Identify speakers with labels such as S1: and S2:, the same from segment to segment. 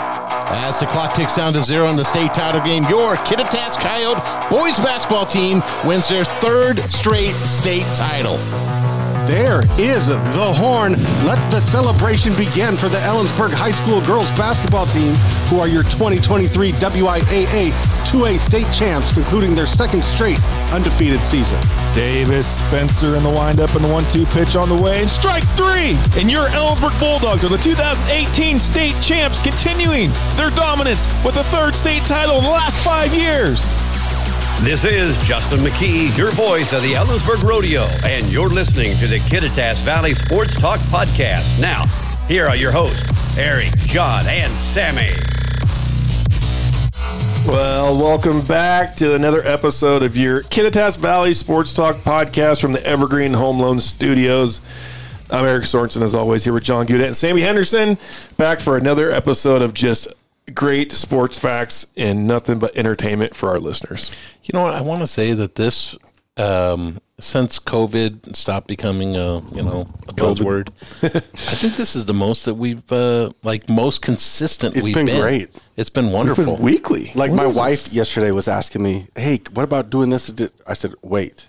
S1: As the clock ticks down to zero in the state title game, your Kittitas Coyote boys basketball team wins their third straight state title.
S2: There is the horn. Let the celebration begin for the Ellensburg High School girls basketball team, who are your 2023 WIAA 2A state champs, concluding their second straight undefeated season.
S3: Davis, Spencer in the windup and the one-two pitch on the way, and strike three. And your Ellensburg Bulldogs are the 2018 state champs, continuing their dominance with a third state title in the last five years.
S4: This is Justin McKee, your voice of the Ellensburg Rodeo, and you're listening to the Kittitas Valley Sports Talk Podcast. Now, here are your hosts, Eric, John, and Sammy.
S5: Well, welcome back to another episode of your Kittitas Valley Sports Talk Podcast from the Evergreen Home Loan Studios. I'm Eric Sorensen, as always, here with John Goudet and Sammy Henderson, back for another episode of just great sports facts and nothing but entertainment for our listeners.
S6: You know what? I want to say that this, um, since COVID stopped becoming a you know a buzzword, I think this is the most that we've uh, like most consistent.
S7: It's
S6: we've
S7: been great.
S6: It's been wonderful.
S5: Weekly.
S7: Like
S5: What
S7: my
S5: is this?
S7: wife yesterday was asking me, "Hey, what about doing this?" I said, "Wait,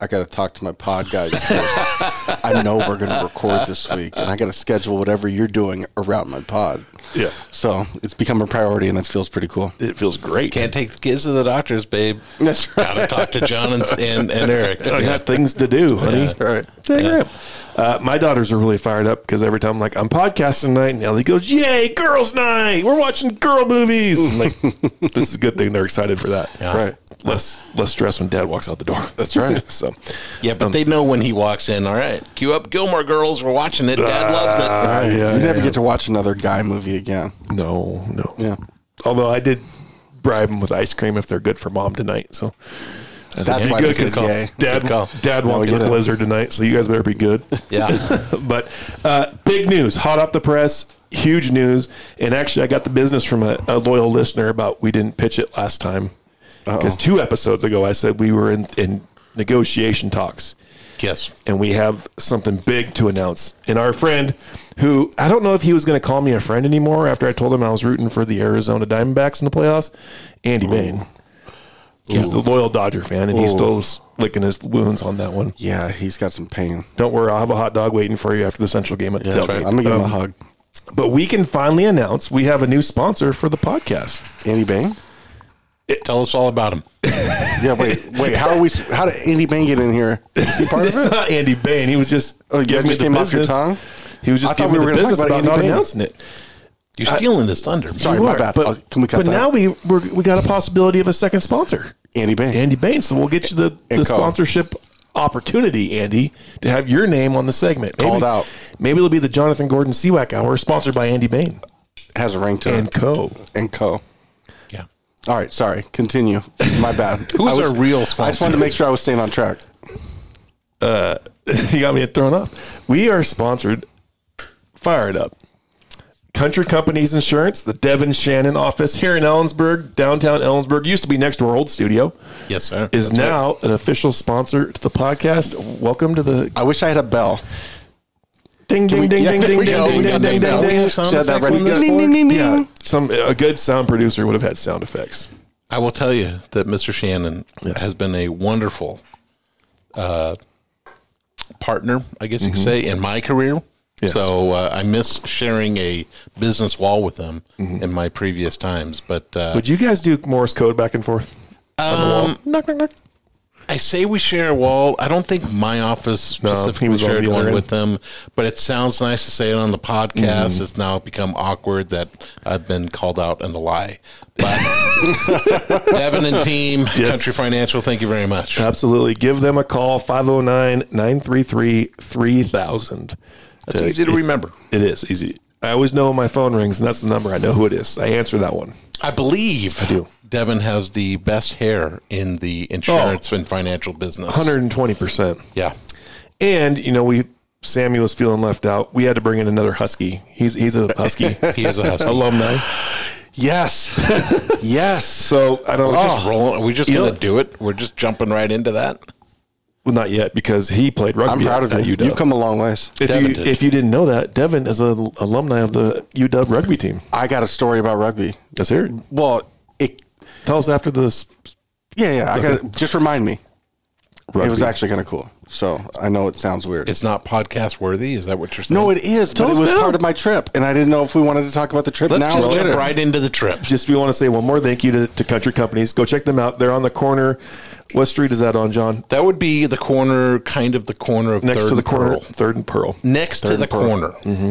S7: I got to talk to my pod guys first. I know we're going to record this week, and I got to schedule whatever you're doing around my pod."
S3: Yeah.
S7: So it's become a priority, and that feels pretty cool.
S3: It feels great.
S6: Can't take the kids to the doctors, babe.
S7: That's right.
S6: Gotta talk to John and and, and Eric.
S7: Oh,
S3: I got things to do, honey.
S7: right.
S3: There you go. Uh, my daughters are really fired up because every time I'm like, I'm podcasting tonight, and Ellie goes, Yay, girls' night. We're watching girl movies. I'm like, this is a good thing they're excited for that.
S7: Right.
S3: Less less stress when dad walks out the door.
S7: That's right.
S3: so
S6: Yeah,
S3: Um,
S6: but they know when he walks in. All right, cue up Gilmore Girls. We're watching it. Dad loves it.
S3: uh, yeah,
S7: you never
S3: yeah.
S7: get to watch another guy movie again.
S3: no, no.
S7: Yeah.
S3: Although I did bribe them with ice cream if they're good for mom tonight. So
S7: That's why
S3: Good
S7: this is
S3: call.
S7: yay.
S3: Dad, dad wants
S7: get
S3: a
S7: it.
S3: blizzard tonight, so you guys better be good.
S6: Yeah.
S3: but uh, big news, hot off the press, huge news. And actually, I got the business from a, a loyal listener about we didn't pitch it last time because two episodes ago I said we were in, in negotiation talks
S6: yes.
S3: and we have something big to announce. And our friend, who I don't know if he was going to call me a friend anymore after I told him I was rooting for the Arizona Diamondbacks in the playoffs, Andy Bain. He's a loyal Dodger fan, and he's still licking his wounds on that one.
S7: Yeah, he's got some pain.
S3: Don't worry, I'll have a hot dog waiting for you after the Central game at the
S7: That's
S3: tailgate.
S7: right. I'm gonna give him a
S3: Um,
S7: hug.
S3: But we can finally announce we have a new sponsor for the podcast.
S7: Andy Bang.
S6: Tell us all about him.
S7: Yeah. Wait. Wait. How are we? How did Andy Bang get in here? Is he part of
S3: It's
S7: it?
S3: not Andy Bain. He was just
S7: Oh, yeah,
S3: giving
S7: it
S3: me
S7: just
S3: the
S7: came off your
S3: business.
S7: tongue?
S3: He was
S7: I
S3: just
S7: thought we
S3: giving me
S7: were gonna
S3: the
S7: talk about
S3: business about,
S7: Andy
S3: not
S7: Bain.
S3: announcing it.
S6: You're stealing his thunder. man.
S7: Sorry,
S3: You
S7: my
S3: are,
S7: bad.
S3: But,
S7: Uh, can we cut
S3: but
S7: that?
S3: now we we're, we got a possibility of a second sponsor,
S7: Andy Bang.
S3: Andy Bain. So we'll get you the,
S7: And
S3: the
S7: co.
S3: sponsorship opportunity, Andy, to have your name on the segment. Maybe,
S7: Called out.
S3: Maybe it'll be the Jonathan Gordon Seawack Hour, sponsored by Andy Bain
S7: has a ring to
S3: and
S7: it.
S3: Co.
S7: and Co.
S6: Yeah.
S7: All right, sorry. Continue. My bad.
S6: Who's
S7: I was-
S6: our real
S7: I just
S6: sponsor?
S7: wanted to make sure I was staying on track.
S3: you got me thrown up. We are sponsored. Fire it up. Country Companies Insurance, the Devin Shannon office here in Ellensburg, downtown Ellensburg, used to be next to our old studio,
S6: Yes, sir.
S3: is now an official sponsor to the podcast. Welcome to the
S7: I wish I had a bell.
S3: Ding ding
S7: we-
S3: ding
S7: yeah,
S3: ding
S7: there
S3: ding
S7: we go.
S3: ding
S7: We
S3: ding
S7: got
S3: ding
S7: that
S3: ding
S7: sound.
S3: ding.
S7: We
S6: sound
S7: Should have that
S6: effects
S7: ready.
S6: on this
S7: Ding,
S6: board?
S7: ding, ding, ding.
S3: Yeah, some a good sound producer would have had sound effects.
S6: I will tell you that Mr. Shannon has been a wonderful uh, partner, I guess you could say, in my career.
S3: Mm-hmm. Yes.
S6: So uh, I miss sharing a business wall with him in my previous times. But uh,
S3: Mm-hmm. Would you guys do Morse code back and forth? on the wall? Um, knock knock knock.
S6: I say we share a wall. I don't think my office
S3: No, he
S6: specifically
S3: was on
S6: shared
S3: the other
S6: one
S3: end.
S6: with them, but it sounds nice to say it on the podcast.
S3: Mm-hmm.
S6: It's now become awkward that I've been called out in a lie. But Devin and team, Country Financial, thank you very much.
S3: Absolutely. Give them a call 509-933-3000.
S6: That's
S3: Uh,
S6: easy to
S3: it-
S6: remember.
S3: It is easy. I always know when my phone rings and that's the number I know who it is. I answer that one.
S6: I believe
S3: do.
S6: Devin has the best hair in the insurance
S3: Oh.
S6: and financial business.
S3: 120%.
S6: Yeah.
S3: And you know, we Sammy was feeling left out. We had to bring in another husky. He's he's a husky
S6: He is a husky.
S3: alumni.
S7: Yes. yes.
S3: So, I don't know.
S6: Just rolling. Are we just
S3: Oh. You
S6: going
S3: know-
S6: to do it? We're just jumping right into that?
S3: Well, not yet because he played rugby.
S7: I'm proud
S3: at
S7: of you.
S3: UW.
S7: You've come a long ways.
S3: If
S6: Devin
S3: you
S6: did.
S3: if you didn't know that, Devin is an alumni of the UW rugby team.
S7: I got a story about rugby
S3: Let's hear it.
S7: Well, it
S3: Tell us after this.
S7: yeah yeah. I got just remind me. It was
S3: Rugby.
S7: actually kind of cool. So I know it sounds weird.
S6: It's not podcast worthy. Is that what you're saying?
S7: no, it is, but it was part of my trip, and I didn't know if we wanted to talk about the trip
S6: Let's
S7: now.
S6: just
S7: or
S6: jump
S7: later.
S6: right into the trip.
S3: Just we want to say one more thank you to, to Country Companies. Go check them out. They're on the corner. What street is that on, John?
S6: That would be the corner, kind of the corner of
S3: Next
S6: Third
S3: to the
S6: and
S3: corner,
S6: Pearl.
S3: Third and Pearl.
S6: Next to the corner.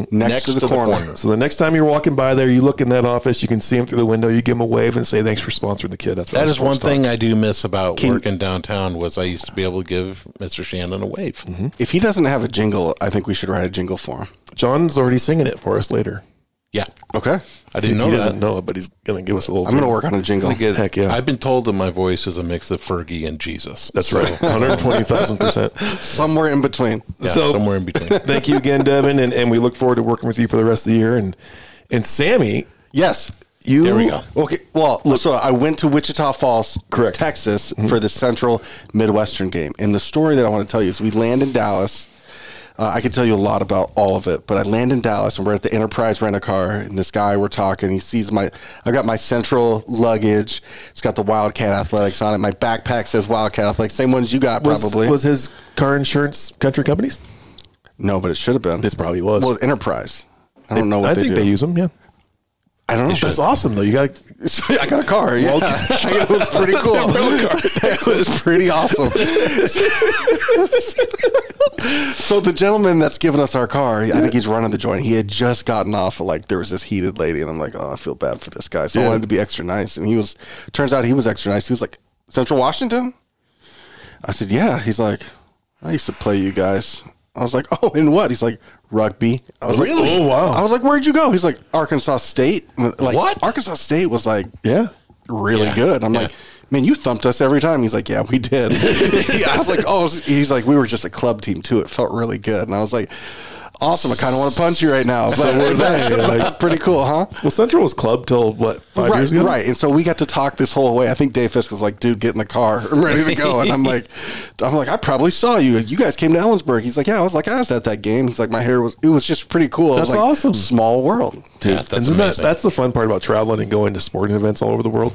S7: Next, to the, corner.
S3: So the next time you're walking by there, you look in that office, you can see them through the window, you give them a wave and say thanks for sponsoring the kid. That's
S6: That
S3: what
S6: is one
S3: sports talk.
S6: thing I do miss about working downtown was I used to be able to give Mr. Shannon a wave.
S3: Mm-hmm.
S7: If he doesn't have a jingle, I think we should write a jingle for him.
S3: John's already singing it for us later.
S6: Yeah,
S7: Okay,
S6: I didn't know
S3: he
S6: that.
S3: doesn't know it, but he's gonna give us a little.
S7: I'm gonna work on a jingle.
S3: Good heck yeah.
S6: I've been told that my voice is a mix of Fergie and Jesus.
S3: that's right. 120,000 percent.
S7: Somewhere in between.
S6: Yeah,
S3: So-
S6: somewhere in between.
S3: Thank you again, Devin, and, and we look forward to working with you for the rest of the year. And and Sammy,
S7: Yes.
S3: you
S6: There we go.
S7: Okay. Well, so I went to Wichita Falls,
S3: Correct. Mm-hmm.
S7: Texas, for the Central Midwestern game. And the story that I want to tell you is we land in Dallas. Uh, I could tell you a lot about all of it, but I land in Dallas and we're at the Enterprise Rent a Car. And this guy, we're talking. He sees my, I've got my Central luggage. It's got the Wildcat Athletics on it. My backpack says Wildcat Athletics, same ones you got
S3: was,
S7: probably.
S3: was his car insurance country companies.
S7: no, but it should have been.
S3: This probably was.
S7: Well, Enterprise. I don't know what
S3: I
S7: they
S3: think
S7: do. Oh,
S3: they use them. Yeah,
S7: I don't know.
S3: that's awesome though. You got
S7: So I got a car. Yeah, it was pretty cool. it was pretty awesome. so the gentleman that's giving us our car, I think he's running the joint. He had just gotten off. Of, like there was this heated lady, and I'm like, oh, I feel bad for this guy. So I wanted to be extra nice, and he was. Turns out he was extra nice. He was like Central Washington. I said, yeah. He's like, I used to play you guys. I was like, oh, in what? He's like, rugby. I was like,
S3: Oh wow.
S7: I was like, "Where'd you go?" He's like, "Arkansas State." And, Like,
S6: What?
S7: Arkansas State was like
S3: yeah.
S7: really
S6: Yeah.
S7: good. I'm like, "Man, you thumped us every time." He's like, "Yeah, we did." I was like, "Oh," he's like, "We were just a club team too. It felt really good." And I was like, "Awesome! I kind of want to punch you right now." But,
S3: like-
S7: pretty cool, huh?
S3: Well, Central was club till what five
S7: right,
S3: years ago.
S7: right. And so we got to talk this whole way. I think Dave Fisk was like, "Dude, get in the car. I'm ready to go." And I'm like, "I'm like, I probably saw you. You guys came to Ellensburg." He's like, "Yeah." I was like, "I was at that game." He's like, "My hair was. It was just pretty cool." I was
S3: That's
S7: like,
S3: awesome.
S7: Small world.
S6: yeah, that's
S3: Isn't that-
S6: amazing.
S3: that's the fun part about traveling and going to sporting events all over the world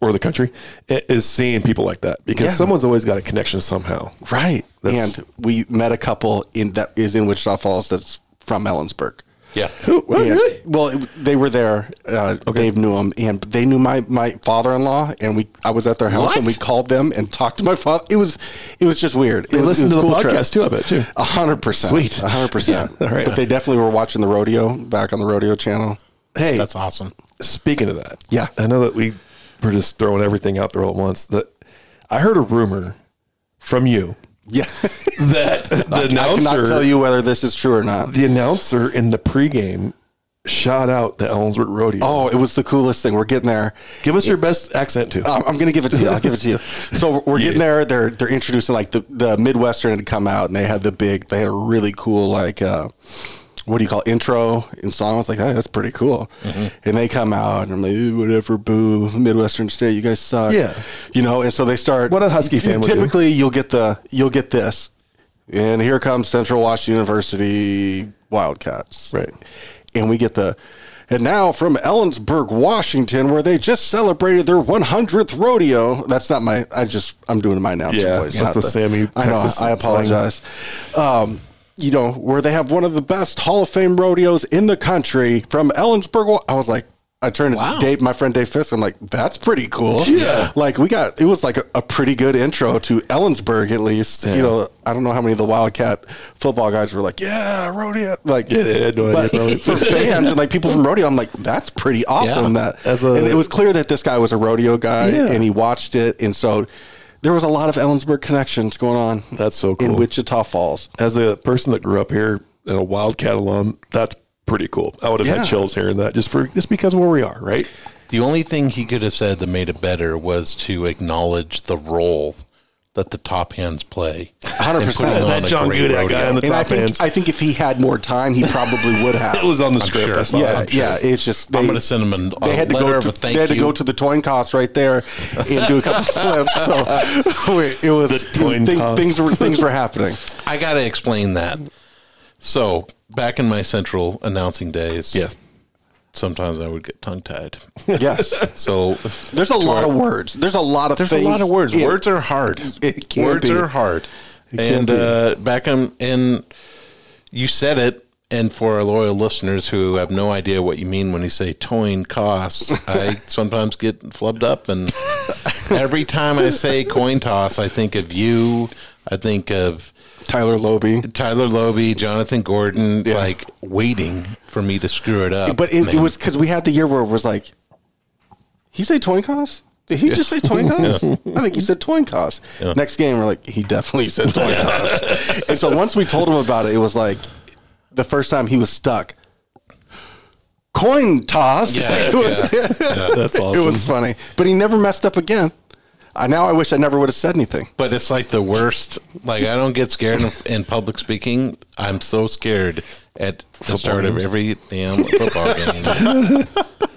S3: or the country i- is seeing people like that because
S7: Yeah.
S3: someone's always got a connection somehow.
S7: Right.
S3: That's-
S7: and we met a couple in that is in Wichita Falls that's from Ellensburg.
S6: yeah.
S3: Who? what,
S7: And-
S3: really?
S7: Well, it, they were there. Uh, Dave knew them, and they knew my, my father in law. And we, I was at their house, and we
S6: What?
S7: called them and talked to my father. It was, it was just weird. It
S3: They
S7: was, it
S3: listen
S7: was
S3: to
S7: a
S3: the
S7: cool trip.
S3: podcast too. I bet too.
S7: A hundred percent.
S3: Sweet.
S7: A hundred percent.
S3: Yeah, all right.
S7: But they definitely were watching the rodeo back on the rodeo channel.
S3: Hey,
S6: That's awesome.
S3: speaking of that,
S7: Yeah.
S3: I know that we were just throwing everything out there all at once. That I heard a rumor from you
S7: Yeah.
S3: that the
S7: I
S3: announcer,
S7: cannot tell you whether this is true or not.
S3: the announcer in the pregame, shot out the Ellensburg Rodeo.
S7: Oh, it was the coolest thing. We're getting there.
S3: give us your best accent too.
S7: I'm, I'm gonna give it to you. I'll give it to you. So we're getting there. They're they're introducing like the the Midwestern had come out and they had the big. They had a really cool like uh, what do you call it, intro and song. I was like, hey, that's pretty cool.
S3: Mm-hmm.
S7: And they come out and I'm like, "Ooh, whatever, boo, Midwestern state, you guys suck.
S3: Yeah.
S7: you know. And so they start.
S3: What a Husky fan would do.
S7: Typically, you'll get the you'll get this, and here comes Central Washington University Wildcats.
S3: Right.
S7: And we get the, and now from Ellensburg, Washington, where they just celebrated their 100th rodeo. That's not my, I just, I'm doing my announcer
S3: Yeah,
S7: voice. not
S3: that's a Sammy,
S7: I know,
S3: Texas
S7: I apologize. Um, you know, where they have one of the best Hall of Fame rodeos in the country from Ellensburg. Wa- I was like, I turned
S6: Wow.
S7: to Dave, my friend Dave Fisk. I'm like, that's pretty cool.
S3: Yeah.
S7: Like, we got, it was like a, a pretty good intro to Ellensburg, at least. You know, I don't know how many of the Wildcat football guys were like, yeah, rodeo. Like,
S3: Yeah, they had no idea,
S7: but
S3: probably.
S7: for fans and like people from rodeo, I'm like, that's pretty awesome.
S6: Yeah.
S7: That
S3: As a-
S7: and it was clear that this guy was a rodeo guy
S3: Yeah.
S7: and he watched it, and so there was a lot of Ellensburg connections going on.
S3: That's so cool.
S7: in Wichita Falls.
S3: as a person that grew up here and a Wildcat alum, that's pretty cool. I would have
S7: Yeah.
S3: had chills hearing that just for just because of where we are, right?
S6: The only thing he could have said that made it better was to acknowledge the role that the top hands play.
S7: 100%.
S6: And put it
S3: That
S6: on a
S3: John
S6: great
S3: Gudak guy
S6: rodeo.
S3: on the
S7: and I
S3: top
S7: think
S3: hands.
S7: I think if he had more time, he probably would have.
S3: it was on the script.
S6: sure.
S3: I saw
S7: yeah,
S3: it.
S7: yeah. It's just they,
S6: I'm going to send him an, a
S7: they had to
S6: letter
S7: go
S6: of
S7: to
S6: a thank
S7: they had to
S6: you.
S7: go to the toin toss right there and do a couple flips. So it was
S3: toin
S7: thing-
S3: toss.
S7: things were things were happening.
S6: I got to explain that. So, back in my central announcing days,
S3: Yeah.
S6: sometimes I would get tongue tied.
S7: Yes.
S6: So
S7: There's a lot of words. There's a lot of
S6: There's
S7: things.
S6: a lot of words.
S7: in-
S6: Words are hard.
S7: It can
S6: words
S7: be.
S6: are hard.
S7: It can
S6: and
S7: be.
S6: uh, back in, in, you said it. And for our loyal listeners who have no idea what you mean when you say towing costs, I sometimes get flubbed up. And every time I say coin toss, I think of you. I think of
S7: Tyler Lobe.
S6: Tyler Lobe, Jonathan Gordon,
S7: Yeah.
S6: like waiting for me to screw it up.
S7: But it, it
S6: man.
S7: was because we had the year where it was like, he say coin cost? Did he just say coin cost? I think he said coin cost. Next game, we're like, he definitely said coin cost. and so once we told him about it, it was like the first time he was stuck. Coin toss.
S6: Yeah,
S7: it, was,
S8: That's
S7: it was funny, but he never messed up again. I now I wish I never would have said anything.
S6: but it's like the worst. Like I don't get scared in, in public speaking. I'm so scared at the start of every damn football game.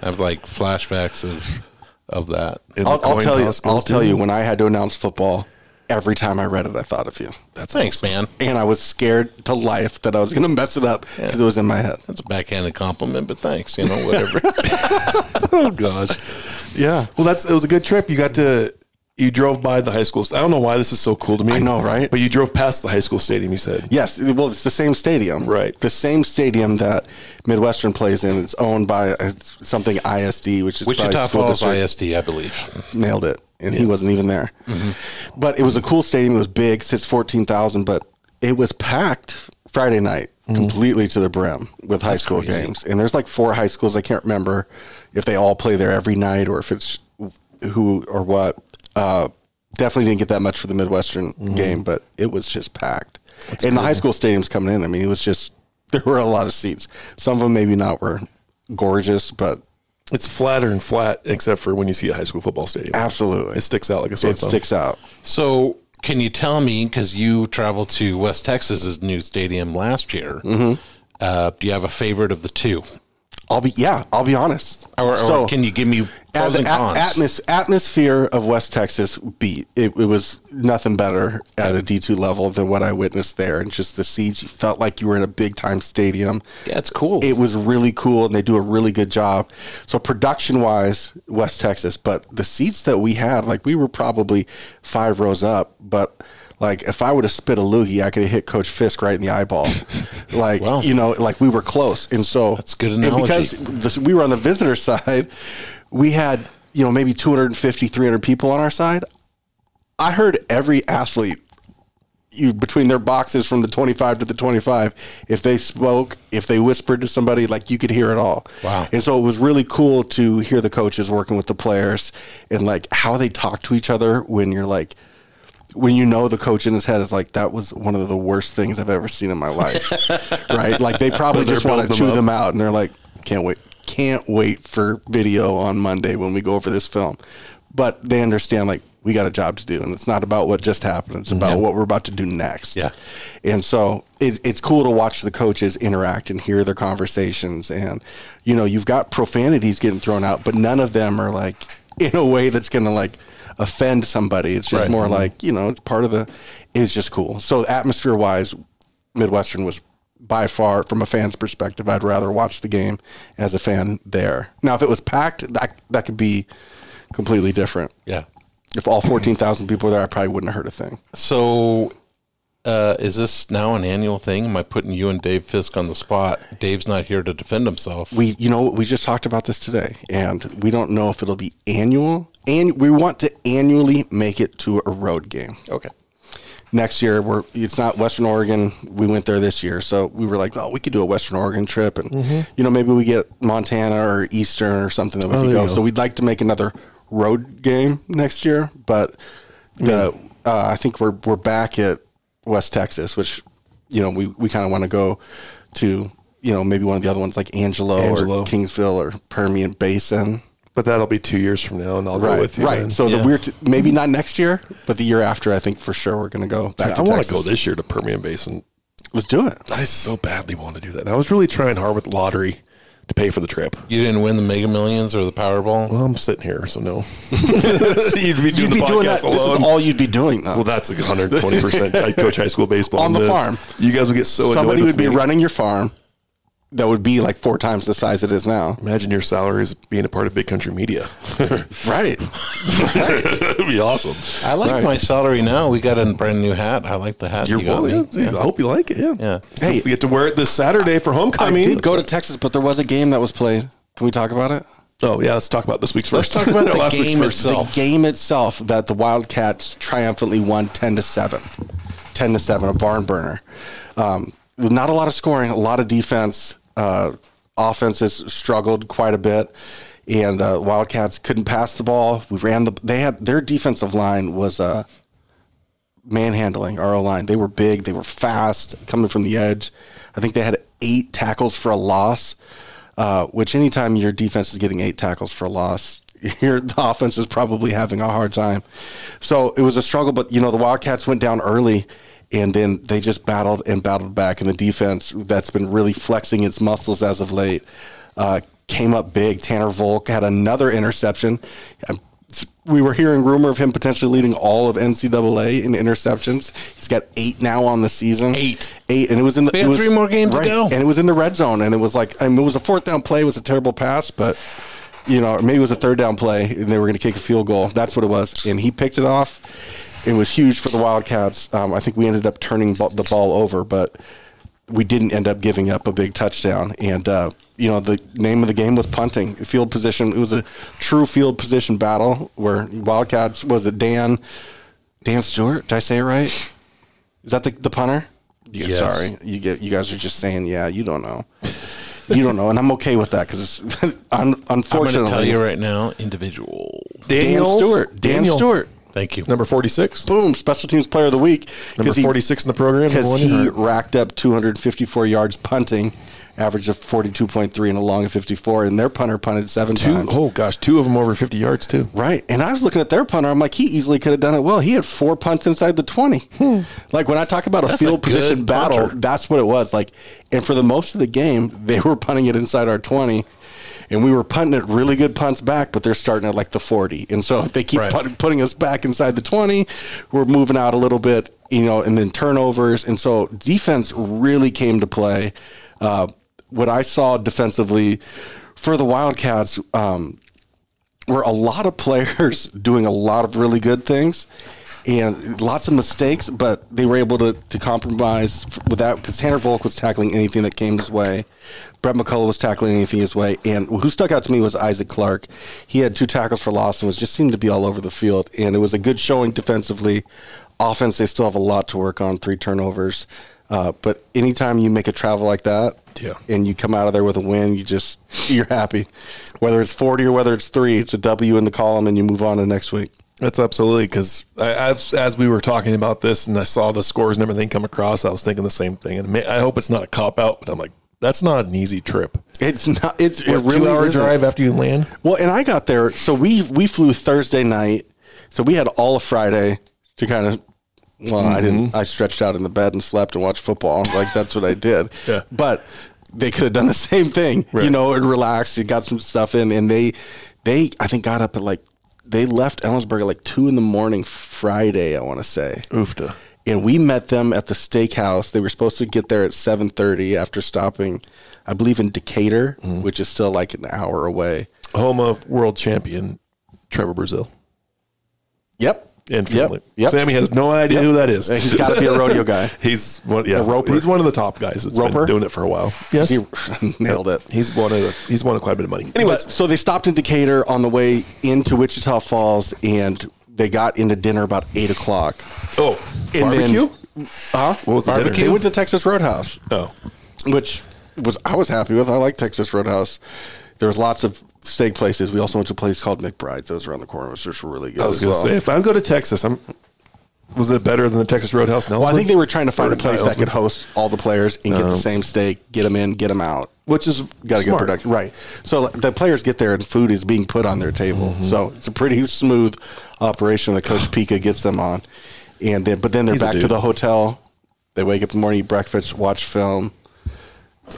S6: I have like flashbacks of of that.
S7: I'll, I'll tell you. I'll tell you when I had to announce football. Every time I read it, I thought of you,
S6: That's thanks, man.
S7: and I was scared to life that I was going to mess it up because it was in my head.
S6: That's a backhanded compliment, but thanks. You know, whatever.
S3: Oh gosh.
S7: Yeah,
S3: Well, that's it was a good trip. You got to you drove by the high school. st- I don't know why this is so cool to me.
S7: I know, right?
S3: But you drove past the high school stadium. You said,
S7: Yes, well, it's the same stadium,
S3: Right.
S7: The same stadium that Midwestern plays in. It's owned by uh, something ISD, which is probably
S6: Wichita
S7: school
S6: Falls
S7: district.
S6: ISD, I believe.
S7: Nailed it, and he wasn't even there. But it was a cool stadium. It was big, sits fourteen thousand, but it was packed Friday night completely to the brim with high school games. And there's like four high schools. I can't remember if they all play there every night or if it's who or what. Uh, definitely didn't get that much for the Midwestern game, but it was just packed. and the high school stadiums coming in, I mean, it was just there were a lot of seats. Some of them maybe not were gorgeous, but
S3: It's flatter and flat, except for when you see a high school football stadium.
S7: Absolutely.
S3: it sticks out like a sore
S7: Ah. it
S3: thumb.
S7: sticks out.
S6: So, can you tell me because you traveled to West Texas's new stadium last year?
S7: Mm-hmm.
S6: Uh, do you have a favorite of the two,
S7: I'll be yeah. I'll be honest.
S6: or, or can you give me
S7: as
S6: pros and
S7: a-
S6: cons?
S7: atmos- atmosphere of West Texas beat it, it was nothing better at a D two level than what I witnessed there, and just the siege. You felt like you were in a big time stadium.
S6: That's cool.
S7: It was really cool, and they do a really good job. So production wise, West Texas, but the seats that we had, like we were probably five rows up, but. Like if I would have spit a loogie, I could have hit Coach Fisk right in the eyeball. Like
S6: Wow.
S7: you know, like we were close, and so
S6: That's a good
S7: and because this, we were on the visitor side, we had you know maybe 250, 300 people on our side. I heard every athlete you between their boxes from the 25 to the 25 if they spoke if they whispered to somebody like you could hear it all
S6: Wow.
S7: and so it was really cool to hear the coaches working with the players and like how they talk to each other when you're like when you know the coach in his head is like that was one of the worst things i've ever seen in my life right like they probably
S3: They're
S7: just want to
S3: building
S7: chew
S3: them up.
S7: them out and they're like can't wait can't wait for video on monday when we go over this film but they understand like we got a job to do and it's not about what just happened it's about what we're about to do next
S6: Yeah.
S7: and so it, it's cool to watch the coaches interact and hear their conversations. And, you know, you've got profanities getting thrown out, but none of them are like in a way that's going to like offend somebody. It's just more like, you know, it's part of the, it's just cool. So atmosphere wise, Midwestern was by far, from a fan's perspective, I'd rather watch the game as a fan there. Now, if it was packed, that, that could be completely different.
S6: yeah.
S7: If all 14,000 people were there, I probably wouldn't have heard a thing.
S6: So, uh, is this now an annual thing? Am I putting you and Dave Fisk on the spot? Dave's not here to defend himself.
S7: we you know we just talked about this today and we don't know if it'll be annual and we want to annually make it to a road game
S6: okay.
S7: next year we're it's not western oregon we went there this year so we were like oh we could do a western oregon trip and
S3: Mm-hmm.
S7: you know maybe we get montana or eastern or something that
S3: Oh,
S7: we could go. so we'd like to make another road game next year but the
S3: Mm-hmm.
S7: uh, i think we're we're back at west texas which you know we, we kind of want to go to you know maybe one of the other ones like angelo,
S3: Angelo.
S7: or kingsville or permian basin
S3: but that'll be two years from now, and I'll
S7: Right,
S3: go with you.
S7: right.
S3: then.
S7: So the weird, maybe not next year, but the year after, I think for sure we're going to go back
S3: I
S7: to
S3: want
S7: Texas.
S3: to go this year to Permian Basin.
S7: Let's do it.
S3: I so badly want to do that. And I was really trying hard with lottery to pay for the trip.
S6: You didn't win the Mega Millions or the Powerball.
S3: Well, I'm sitting here, so no. so you'd be doing
S7: You'd
S3: the
S7: be
S3: podcast
S7: doing that. This
S3: alone.
S7: is all you'd be doing though.
S3: well, that's 120. percent I coach high school baseball
S7: On the
S3: This-
S7: farm.
S3: You guys would get so
S7: Somebody
S3: annoyed
S7: would
S3: with
S7: be
S3: me.
S7: running your farm, that would be like four times the size it is now.
S3: Imagine your salaries being a part of big country media.
S7: Right.
S3: That'd be awesome.
S6: I like my salary now. We got a brand new hat. I like the hat.
S3: Your
S6: you got
S3: boy.
S6: me.
S3: Yeah, I hope you like it. Yeah.
S6: Yeah.
S3: Hey, you get to wear it this Saturday for
S7: I
S3: homecoming.
S7: did go to Texas, but there was a game that was played. Can we talk about it?
S3: oh yeah, let's talk about this week's
S6: Let's
S3: first.
S6: talk about
S3: No,
S6: the
S3: last week's
S6: game
S3: first.
S6: itself.
S7: The game itself that the Wildcats triumphantly won 10 to 7. 10 to 7, a barn burner. Um, not a lot of scoring, a lot of defense. Uh, offense has struggled quite a bit. And uh, Wildcats couldn't pass the ball. We ran the. They had their defensive line was uh, manhandling our O line. They were big. They were fast, coming from the edge. I think they had eight tackles for a loss. Uh, which anytime your defense is getting eight tackles for a loss, your the offense is probably having a hard time. So it was a struggle, but you know the Wildcats went down early, and then they just battled and battled back. And the defense that's been really flexing its muscles as of late uh, came up big. Tanner Volk had another interception. I'm we were hearing rumor of him potentially leading all of NCAA in interceptions. He's got eight now on the season.
S6: Eight.
S7: eight, and it was in the
S6: We
S7: it
S6: have
S7: was-
S6: three more games to go.
S7: and it was in the red zone, and it was like I mean, it was a fourth down play, it was a terrible pass, but you know, or maybe it was a third down play, and they were going to kick a field goal. That's what it was, and he picked it off. It was huge for the Wildcats. Um, I think we ended up turning ba- the ball over, but we didn't end up giving up a big touchdown. And uh, you know, the name of the game was punting, field position. It was a true field position battle where Wildcats was it Dan, Dan Stewart? Did I say it right? Is that the, the punter? Yeah,
S6: Yes.
S7: Sorry, you get you guys are just saying yeah. You don't know. You don't know, and I'm okay with that because it's un,
S6: I'm going to
S7: unfortunately
S6: tell you right now, individual.
S7: Dan
S3: Daniels?
S7: Stewart. Dan
S3: Daniel.
S7: Stewart.
S6: Thank you.
S3: number forty-six.
S7: Boom! Special teams player of the week. 'cause
S3: Number
S7: he-
S3: 46 in the program, number
S7: because
S3: one
S7: he
S3: in our-
S7: racked up 254 yards punting, average of 42.3 and a long of 54, and their punter punted seven
S3: Two,
S7: times.
S3: oh gosh, two of them over fifty yards too.
S7: Right. And I was looking at their punter. I'm like, he easily could have done it well. He had four punts inside the 20. Like when I talk about a
S6: That's a
S7: field
S6: good
S7: position battle,
S6: punter.
S7: that's what it was. Like, and for the most of the game, they were punting it inside our 20. And we were punting it really good punts back, but they're starting at like the 40. And so if they keep
S6: Right.
S7: put- putting us back inside the 20, we're moving out a little bit, you know, and then turnovers. And so defense really came to play. Uh, what I saw defensively for the Wildcats, um, were a lot of players doing a lot of really good things and lots of mistakes, but they were able to, to compromise with that because Tanner Volk was tackling anything that came his way. Brett McCullough was tackling anything his way. And who stuck out to me was Isaac Clark. He had two tackles for loss and was just seemed to be all over the field. And it was a good showing defensively. Offense, they still have a lot to work on, three turnovers. Uh, but anytime you make a travel like that,
S3: Yeah.
S7: and you come out of there with a win, you just you're happy. Whether it's forty or whether it's three, it's a W in the column, and you move on to next week.
S3: That's absolutely because as as we were talking about this and I saw the scores and everything come across, I was thinking the same thing. And man, I hope it's not a cop out, but I'm like, that's not an easy trip.
S7: It's not. It's
S3: What,
S7: it really
S3: two hour
S7: isn't.
S3: drive after you land.
S7: Well, and I got there, so we we flew Thursday night, so we had all of Friday to kind of. Well, I
S3: Mm-hmm.
S7: didn't. I stretched out in the bed and slept and watched football. Like that's what I did.
S3: Yeah.
S7: But they could have done the same thing, you
S3: Right.
S7: know, and relaxed. and got some stuff in, and they they I think got up at like they left Ellensburg at like two in the morning Friday. I want to say.
S3: Oofta.
S7: and we met them at the steakhouse. They were supposed to get there at 7:30 after stopping, I believe in Decatur,
S3: Mm-hmm.
S7: which is still like an hour away.
S3: Home of world champion Trevor Brazil
S7: Yep.
S3: and
S7: Yep.
S3: family.
S7: Yep.
S3: Sammy has no idea who that is.
S7: He's got to be a rodeo guy.
S3: He's one, yeah,
S7: A roper.
S3: He's one of the top guys that's
S7: Roper?
S3: been doing it for a while. Yes,
S7: He nailed it.
S3: he's one of the, he's won quite a bit of money.
S7: But-
S3: Anyways,
S7: so they stopped in Decatur on the way into Wichita Falls, and they got into dinner about eight o'clock.
S3: oh,
S7: And then-
S3: barbecue.
S7: Huh?
S3: What was the dinner?
S7: They went to Texas Roadhouse.
S3: oh,
S7: which was I was happy with. I like Texas Roadhouse. There was lots of steak places. We also went to a place called McBride's. That was around the corner, which was really good.
S3: I was
S7: as
S3: going to
S7: well.
S3: say if I go to Texas, I'm. Was it better than the Texas Roadhouse? No,
S7: Well, I think they were trying to find
S3: Or
S7: a place that could host all the players and get the same steak, get them in, get them out.
S3: Um, which is
S7: Got to get
S3: smart.
S7: production right. So like, the players get there and food is being put on their table.
S3: Mm-hmm.
S7: So it's a pretty smooth operation that Coach Pika gets them on, and then but then they're
S3: He's a
S7: back to
S3: dude.
S7: the hotel. They wake up in the morning, eat breakfast, watch film.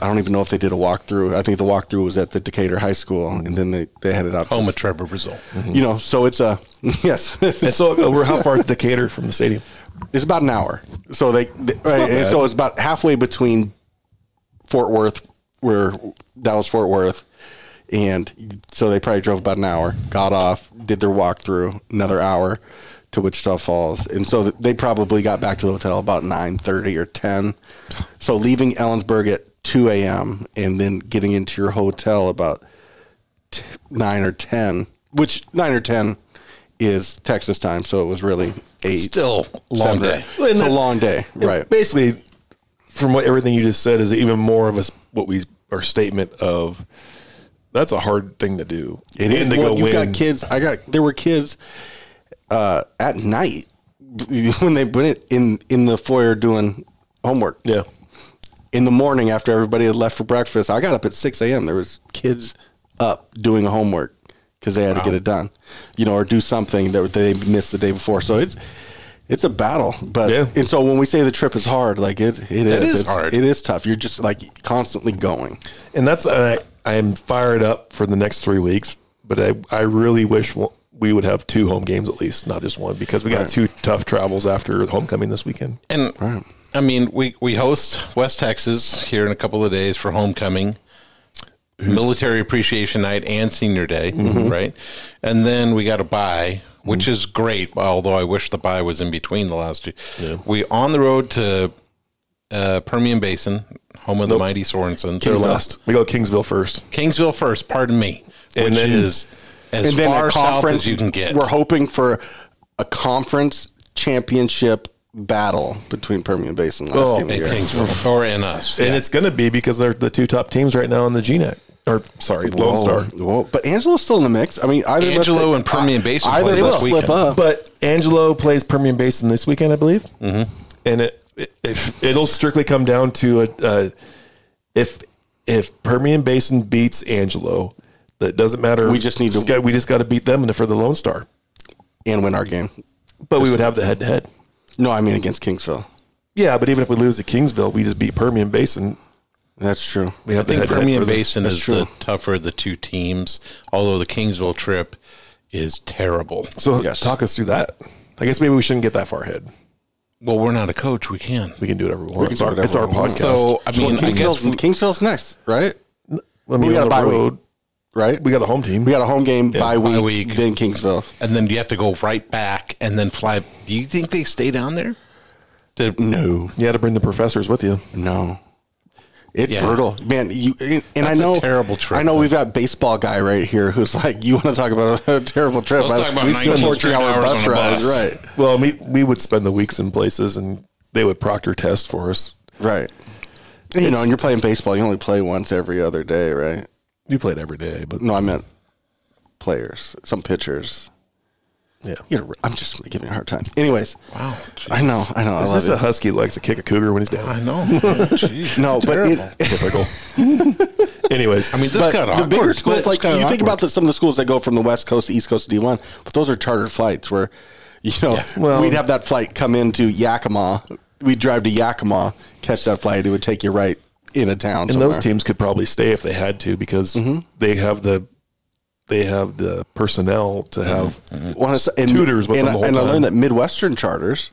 S7: I don't even know if they did a walkthrough. I think the walkthrough was at the Decatur High School, and then they, they headed out.
S6: Home of Trevor Brazil.
S7: You know, so it's a yes.
S3: And so, uh, we're how far is Decatur from the stadium?
S7: It's about an hour. So they, they- right, and
S3: bad.
S7: so it's about halfway between Fort Worth where Dallas Fort Worth, and so they probably drove about an hour, got off, did their walkthrough, another hour to Wichita Falls, and so th- they probably got back to the hotel about nine thirty or ten. So leaving Ellensburg at two a.m. and then getting into your hotel about t- nine or ten, which nine or ten is Texas time, so it was really eight.
S6: Still long
S7: seven or-
S6: day.
S7: It's a long day,
S3: It
S7: right?
S3: Basically, from what everything you just said is even more of us what we our statement of that's a hard thing to do.
S7: It is.
S3: to
S7: Well,
S3: go
S7: you've
S3: win.
S7: got kids. I got. There were kids uh, at night when they went in in the foyer doing homework.
S3: Yeah.
S7: In the morning after everybody had left for breakfast, I got up at six a.m. There was kids up doing homework because they had to get it done, you know, or do something that they missed the day before. So it's it's a battle. But
S3: Yeah.
S7: and so when we say the trip is hard, like it it is,
S6: is
S7: It's-
S6: hard.
S7: It is tough. You're just like constantly going.
S3: And that's I I am fired up for the next three weeks, but I I really wish w- we would have two home games at least, not just one, because we got two tough travels after homecoming this weekend.
S6: And I mean, we, we host West Texas here in a couple of days for homecoming, military appreciation night, and senior day,
S3: Mm-hmm.
S6: right? And then we got a bye, which is great. Although I wish the bye was in between the last two. We on the road to uh, Permian Basin, home of the mighty Sorensons.
S3: They're last. We go Kingsville first.
S6: Kingsville first. Pardon me. Which
S3: And then-
S6: is as
S7: and then
S6: far
S7: a
S6: south
S7: conference
S6: as you can get.
S7: We're hoping for a conference championship battle between Permian Basin last
S3: Oh,
S7: game of
S6: in
S7: the year.
S6: Kingsville or in us.
S3: And it's going to be because they're the two top teams right now in the GNAC. Or, sorry, Lone Star.
S7: Whoa. But Angelo's still in the mix. I mean, either of us-
S6: Angelo and Permian Basin
S7: Either
S6: play
S7: of
S6: this
S7: us slip
S6: weekend.
S7: up.
S3: But Angelo plays Permian Basin this weekend, I believe. Mm-hmm. And it, it if, it'll strictly come down to a, a if if Permian Basin beats Angelo, that doesn't matter.
S7: We just need to-
S3: got, we just got to beat them for the Lone Star.
S7: and win our game.
S3: But we would have the head to head.
S7: No, I mean against Kingsville.
S3: Yeah, but even if we lose to Kingsville, we just beat Permian Basin.
S7: That's true.
S3: We have
S6: I think
S3: the head
S6: Permian
S3: to head.
S6: Basin is the tougher of the two teams, although the Kingsville trip is terrible.
S3: So
S7: Yes.
S3: talk us through that. I guess maybe we shouldn't get that far ahead.
S6: Well, we're not a coach. We can.
S3: We can do whatever we want.
S7: can
S3: It's
S7: do
S3: our,
S7: whatever
S3: it's our
S7: we want.
S3: podcast.
S6: So, I mean, I guess
S7: Kingsville's,
S6: we,
S7: Kingsville's next, right?
S3: I mean,
S7: we got
S3: on
S7: a
S3: the
S7: bye week.
S3: road,
S7: Right?
S3: We got a home team.
S7: we got a home game by week,
S6: bye week.
S7: then Kingsville.
S6: and then you have to go right back and then fly. Do you think they stay down there? To,
S7: No,
S3: you had to bring the professors with you.
S7: no. It's
S6: Yeah.
S7: brutal, man. You and, and I
S6: That's a
S7: know
S6: terrible trip,
S7: I know
S6: though.
S7: we've got baseball guy right here who's like, you want to talk about a terrible trip?
S6: Let's
S7: I-
S6: talk about
S7: we'd spend
S6: 19
S7: four
S6: straight
S7: three-hour
S6: hours on a bus.
S7: right?
S3: Well, we we would spend the weeks in places, and they would proctor test for us.
S7: Right. And, you know, and you're playing baseball. You only play once every other day, right?
S3: You played every day, but
S7: No, I meant players, some pitchers.
S3: yeah.
S7: You know, I'm just giving you a hard time. Anyways,
S6: Wow,
S7: I know, I know, I
S3: It's
S7: love
S3: just a
S7: it. Ah,
S3: husky who likes to kick a cougar when
S6: I
S3: he's down.
S6: know. Jeez,
S7: No, but it-
S6: terrible.
S3: Typical. Anyways,
S6: I mean, this
S7: But
S6: got
S7: the
S6: awkward.
S7: bigger schools,
S6: It's
S7: like
S6: kinda
S7: you think
S6: awkward.
S7: about the, some of the schools that go from the West Coast to East Coast to D1, but those are chartered flights where, you know,
S3: Well-
S7: we'd have that flight come into Yakima. We'd drive to Yakima, catch that flight. It would take you right in a town.
S3: and those
S7: somewhere. Mm-hmm.
S3: teams could probably stay if they had to because they have the they have the personnel
S7: Mm-hmm.
S3: to have.
S7: Well, it's- and,
S3: tutors with
S7: and,
S3: them the whole
S7: and I
S3: time.
S7: learned that Midwestern charters,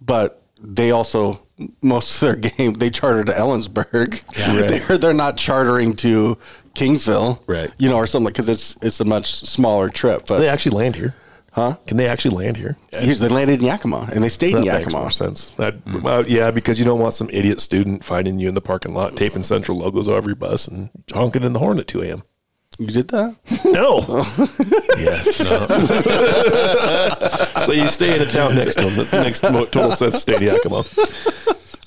S7: but they also most of their game they charter to Ellensburg.
S3: Right.
S7: They're they're not chartering to Kingsville,
S3: Right.
S7: You know, or something because it's it's a much smaller trip.
S3: Can
S7: But
S3: they actually land here? Huh? Can they actually land here?
S7: here's- they landed in Yakima and they stayed in
S3: That makes
S7: Yakima.
S3: more sense. That,
S7: Mm-hmm.
S3: well, yeah, because you don't want some idiot student finding you in the parking lot, taping central logos over your bus, and honking in the horn at 2 a.m.
S7: You did that?
S3: No. yes. so you stay in a town next to them. That's the next mo- total sense stay in Yakima.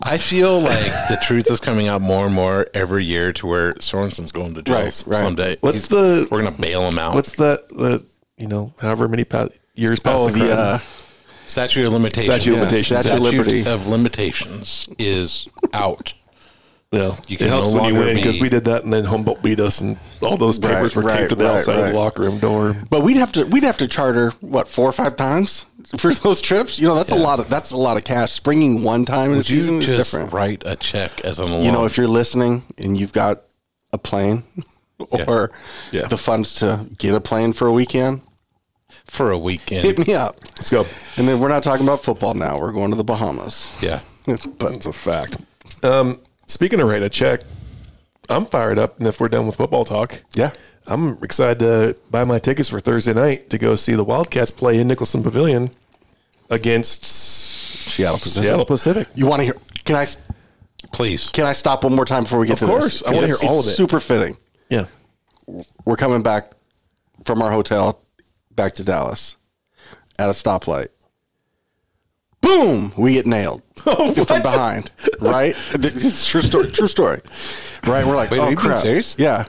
S6: I feel like the truth is coming out more and more every year to where Sorensen's going to jail
S7: Right, right.
S6: someday.
S3: What's
S6: He's-
S3: the-
S6: We're going to bail him out.
S3: What's that? The you know, however many pa- years past
S7: Oh,
S3: the,
S7: the
S3: crime?
S7: uh,
S6: Statute of limitations.
S3: Statute of Yeah, limitations.
S7: Statute of liberty.
S6: of limitations is out.
S3: yeah,
S6: you
S3: it
S6: can
S3: helps
S6: no
S3: when you
S6: longer
S3: win because
S6: be-
S3: we did that, and then Humboldt beat us, and all those
S7: Right,
S3: papers were taped
S7: right,
S3: to the
S7: right,
S3: outside of
S7: right.
S3: the locker room door.
S7: but we'd have to we'd have to charter what four or five times for those trips. You know, that's a lot of that's a lot of cash. Bringing one time in a
S6: Would you
S7: season is
S6: just
S7: different.
S6: write a check as an alum?
S7: you know, if you're listening and you've got a plane or
S3: Yeah.
S7: the funds to get a plane for a weekend,
S6: for a
S7: hit
S6: weekend.
S7: me up.
S3: Let's go.
S7: And then we're not talking about football now. We're going to the Bahamas.
S6: yeah.
S7: but
S3: That's a fact. Um, speaking of writing a check, I'm fired up, and if we're done with football talk,
S2: Yeah.
S3: I'm excited to buy my tickets for Thursday night to go see the Wildcats play in Nicholson Pavilion against Seattle
S7: Pacific.
S3: Seattle Pacific.
S7: You want to hear? Can I
S6: Please.
S7: can I stop one more time before we get
S3: Of
S7: to
S3: course.
S7: this?
S3: I wanna
S7: Because
S3: hear all
S7: it's
S3: of it.
S7: Super fitting.
S3: Yeah,
S7: We're coming back from our hotel back to Dallas at a stoplight. Boom! We get nailed from behind. Right? It's true story. True story. Right? We're like,
S6: Wait, are
S7: oh
S6: you being
S7: crap!
S6: serious?
S7: Yeah.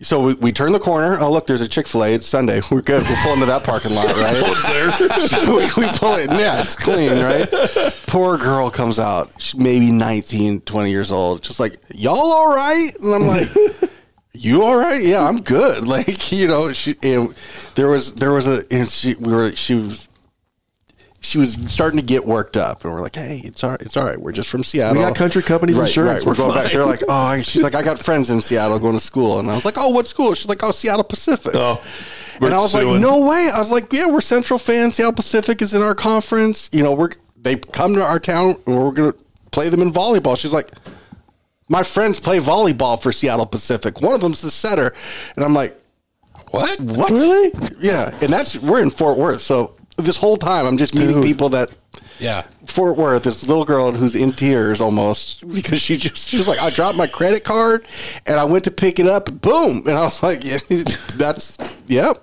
S7: So we, we turn the corner. Oh look, there's a Chick Fil A. It's Sunday. We're good. We're pulling to that parking lot, right? so we, we pull it. and Yeah, it's clean, right? Poor girl comes out, she's maybe 19, 20 years old, just like, y'all all right? And I'm like, you all right? Yeah, I'm good. Like, you know, she, and there was, there was a, and she, we were, she was, she was starting to get worked up, and we're like, "Hey, it's all right. It's all right. We're just from Seattle.
S3: We got Country Companies Insurance.
S7: We're,
S3: We're
S7: going back.
S3: fine.
S7: They're like, "Oh," I- she's like, "I got friends in Seattle going to school," and I was like, "Oh, what school?" She's like, "Oh, Seattle Pacific."
S3: Oh, we're
S7: and I was like,
S3: suing.
S7: "No way!" I was like, "Yeah, we're Central fans. Seattle Pacific is in our conference. You know, we're they come to our town, and we're gonna play them in volleyball." She's like, "My friends play volleyball for Seattle Pacific. One of them's the setter," and I'm like, "What? What?
S3: Really?
S7: Yeah." And that's we're in Fort Worth, so this whole time I'm just meeting
S3: Dude.
S7: people that
S6: Yeah.
S7: Fort Worth, this little girl who's in tears almost because she just she was like, I dropped my credit card and I went to pick it up, boom, and I was like, yeah, that's yep,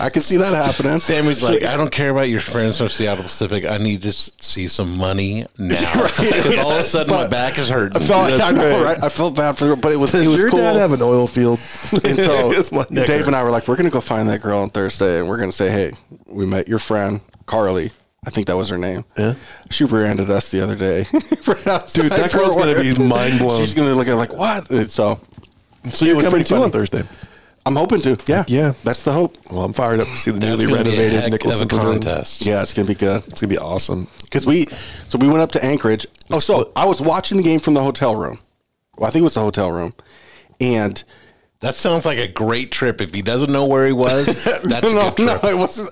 S7: I can see that happening.
S6: Sammy's like, I don't care about your friends from Seattle Pacific. I need to s- see some money now. Because all of a sudden my
S7: But-
S6: back is hurting.
S7: I felt
S3: That's
S7: I know,
S3: right.
S7: right? I felt bad for her, but it was it
S3: Does
S7: was
S3: your
S7: cool.
S3: dad have an oil field?
S7: and so
S3: It's my neck
S7: Dave and I
S3: hurts.
S7: were like, we're gonna go find that girl on Thursday and we're gonna say, hey, we met your friend Carly. I think that was her name. Yeah. She rear-ended us the other day. Dude,
S3: Dude, that girl's gonna be mind blown.
S7: She's gonna look at it like what? And so
S3: So you're
S7: was
S3: coming
S7: pretty
S3: to
S7: funny.
S3: on Thursday.
S7: I'm hoping to. Yeah.
S3: Yeah.
S7: That's the hope.
S3: Well, I'm fired up to see the
S6: That's
S3: newly
S6: gonna be a heck
S3: renovated
S6: of a
S3: Nicholson Pavilion.
S6: contest.
S7: Yeah, it's going to be good.
S3: It's gonna be awesome.
S7: Because we, so we went up to Anchorage. Oh, so I was watching the game from the hotel room. Well, I think it was the hotel room. And
S6: That sounds like a great trip. If he doesn't know where he was, that's
S7: no,
S6: a good trip.
S7: no, it wasn't.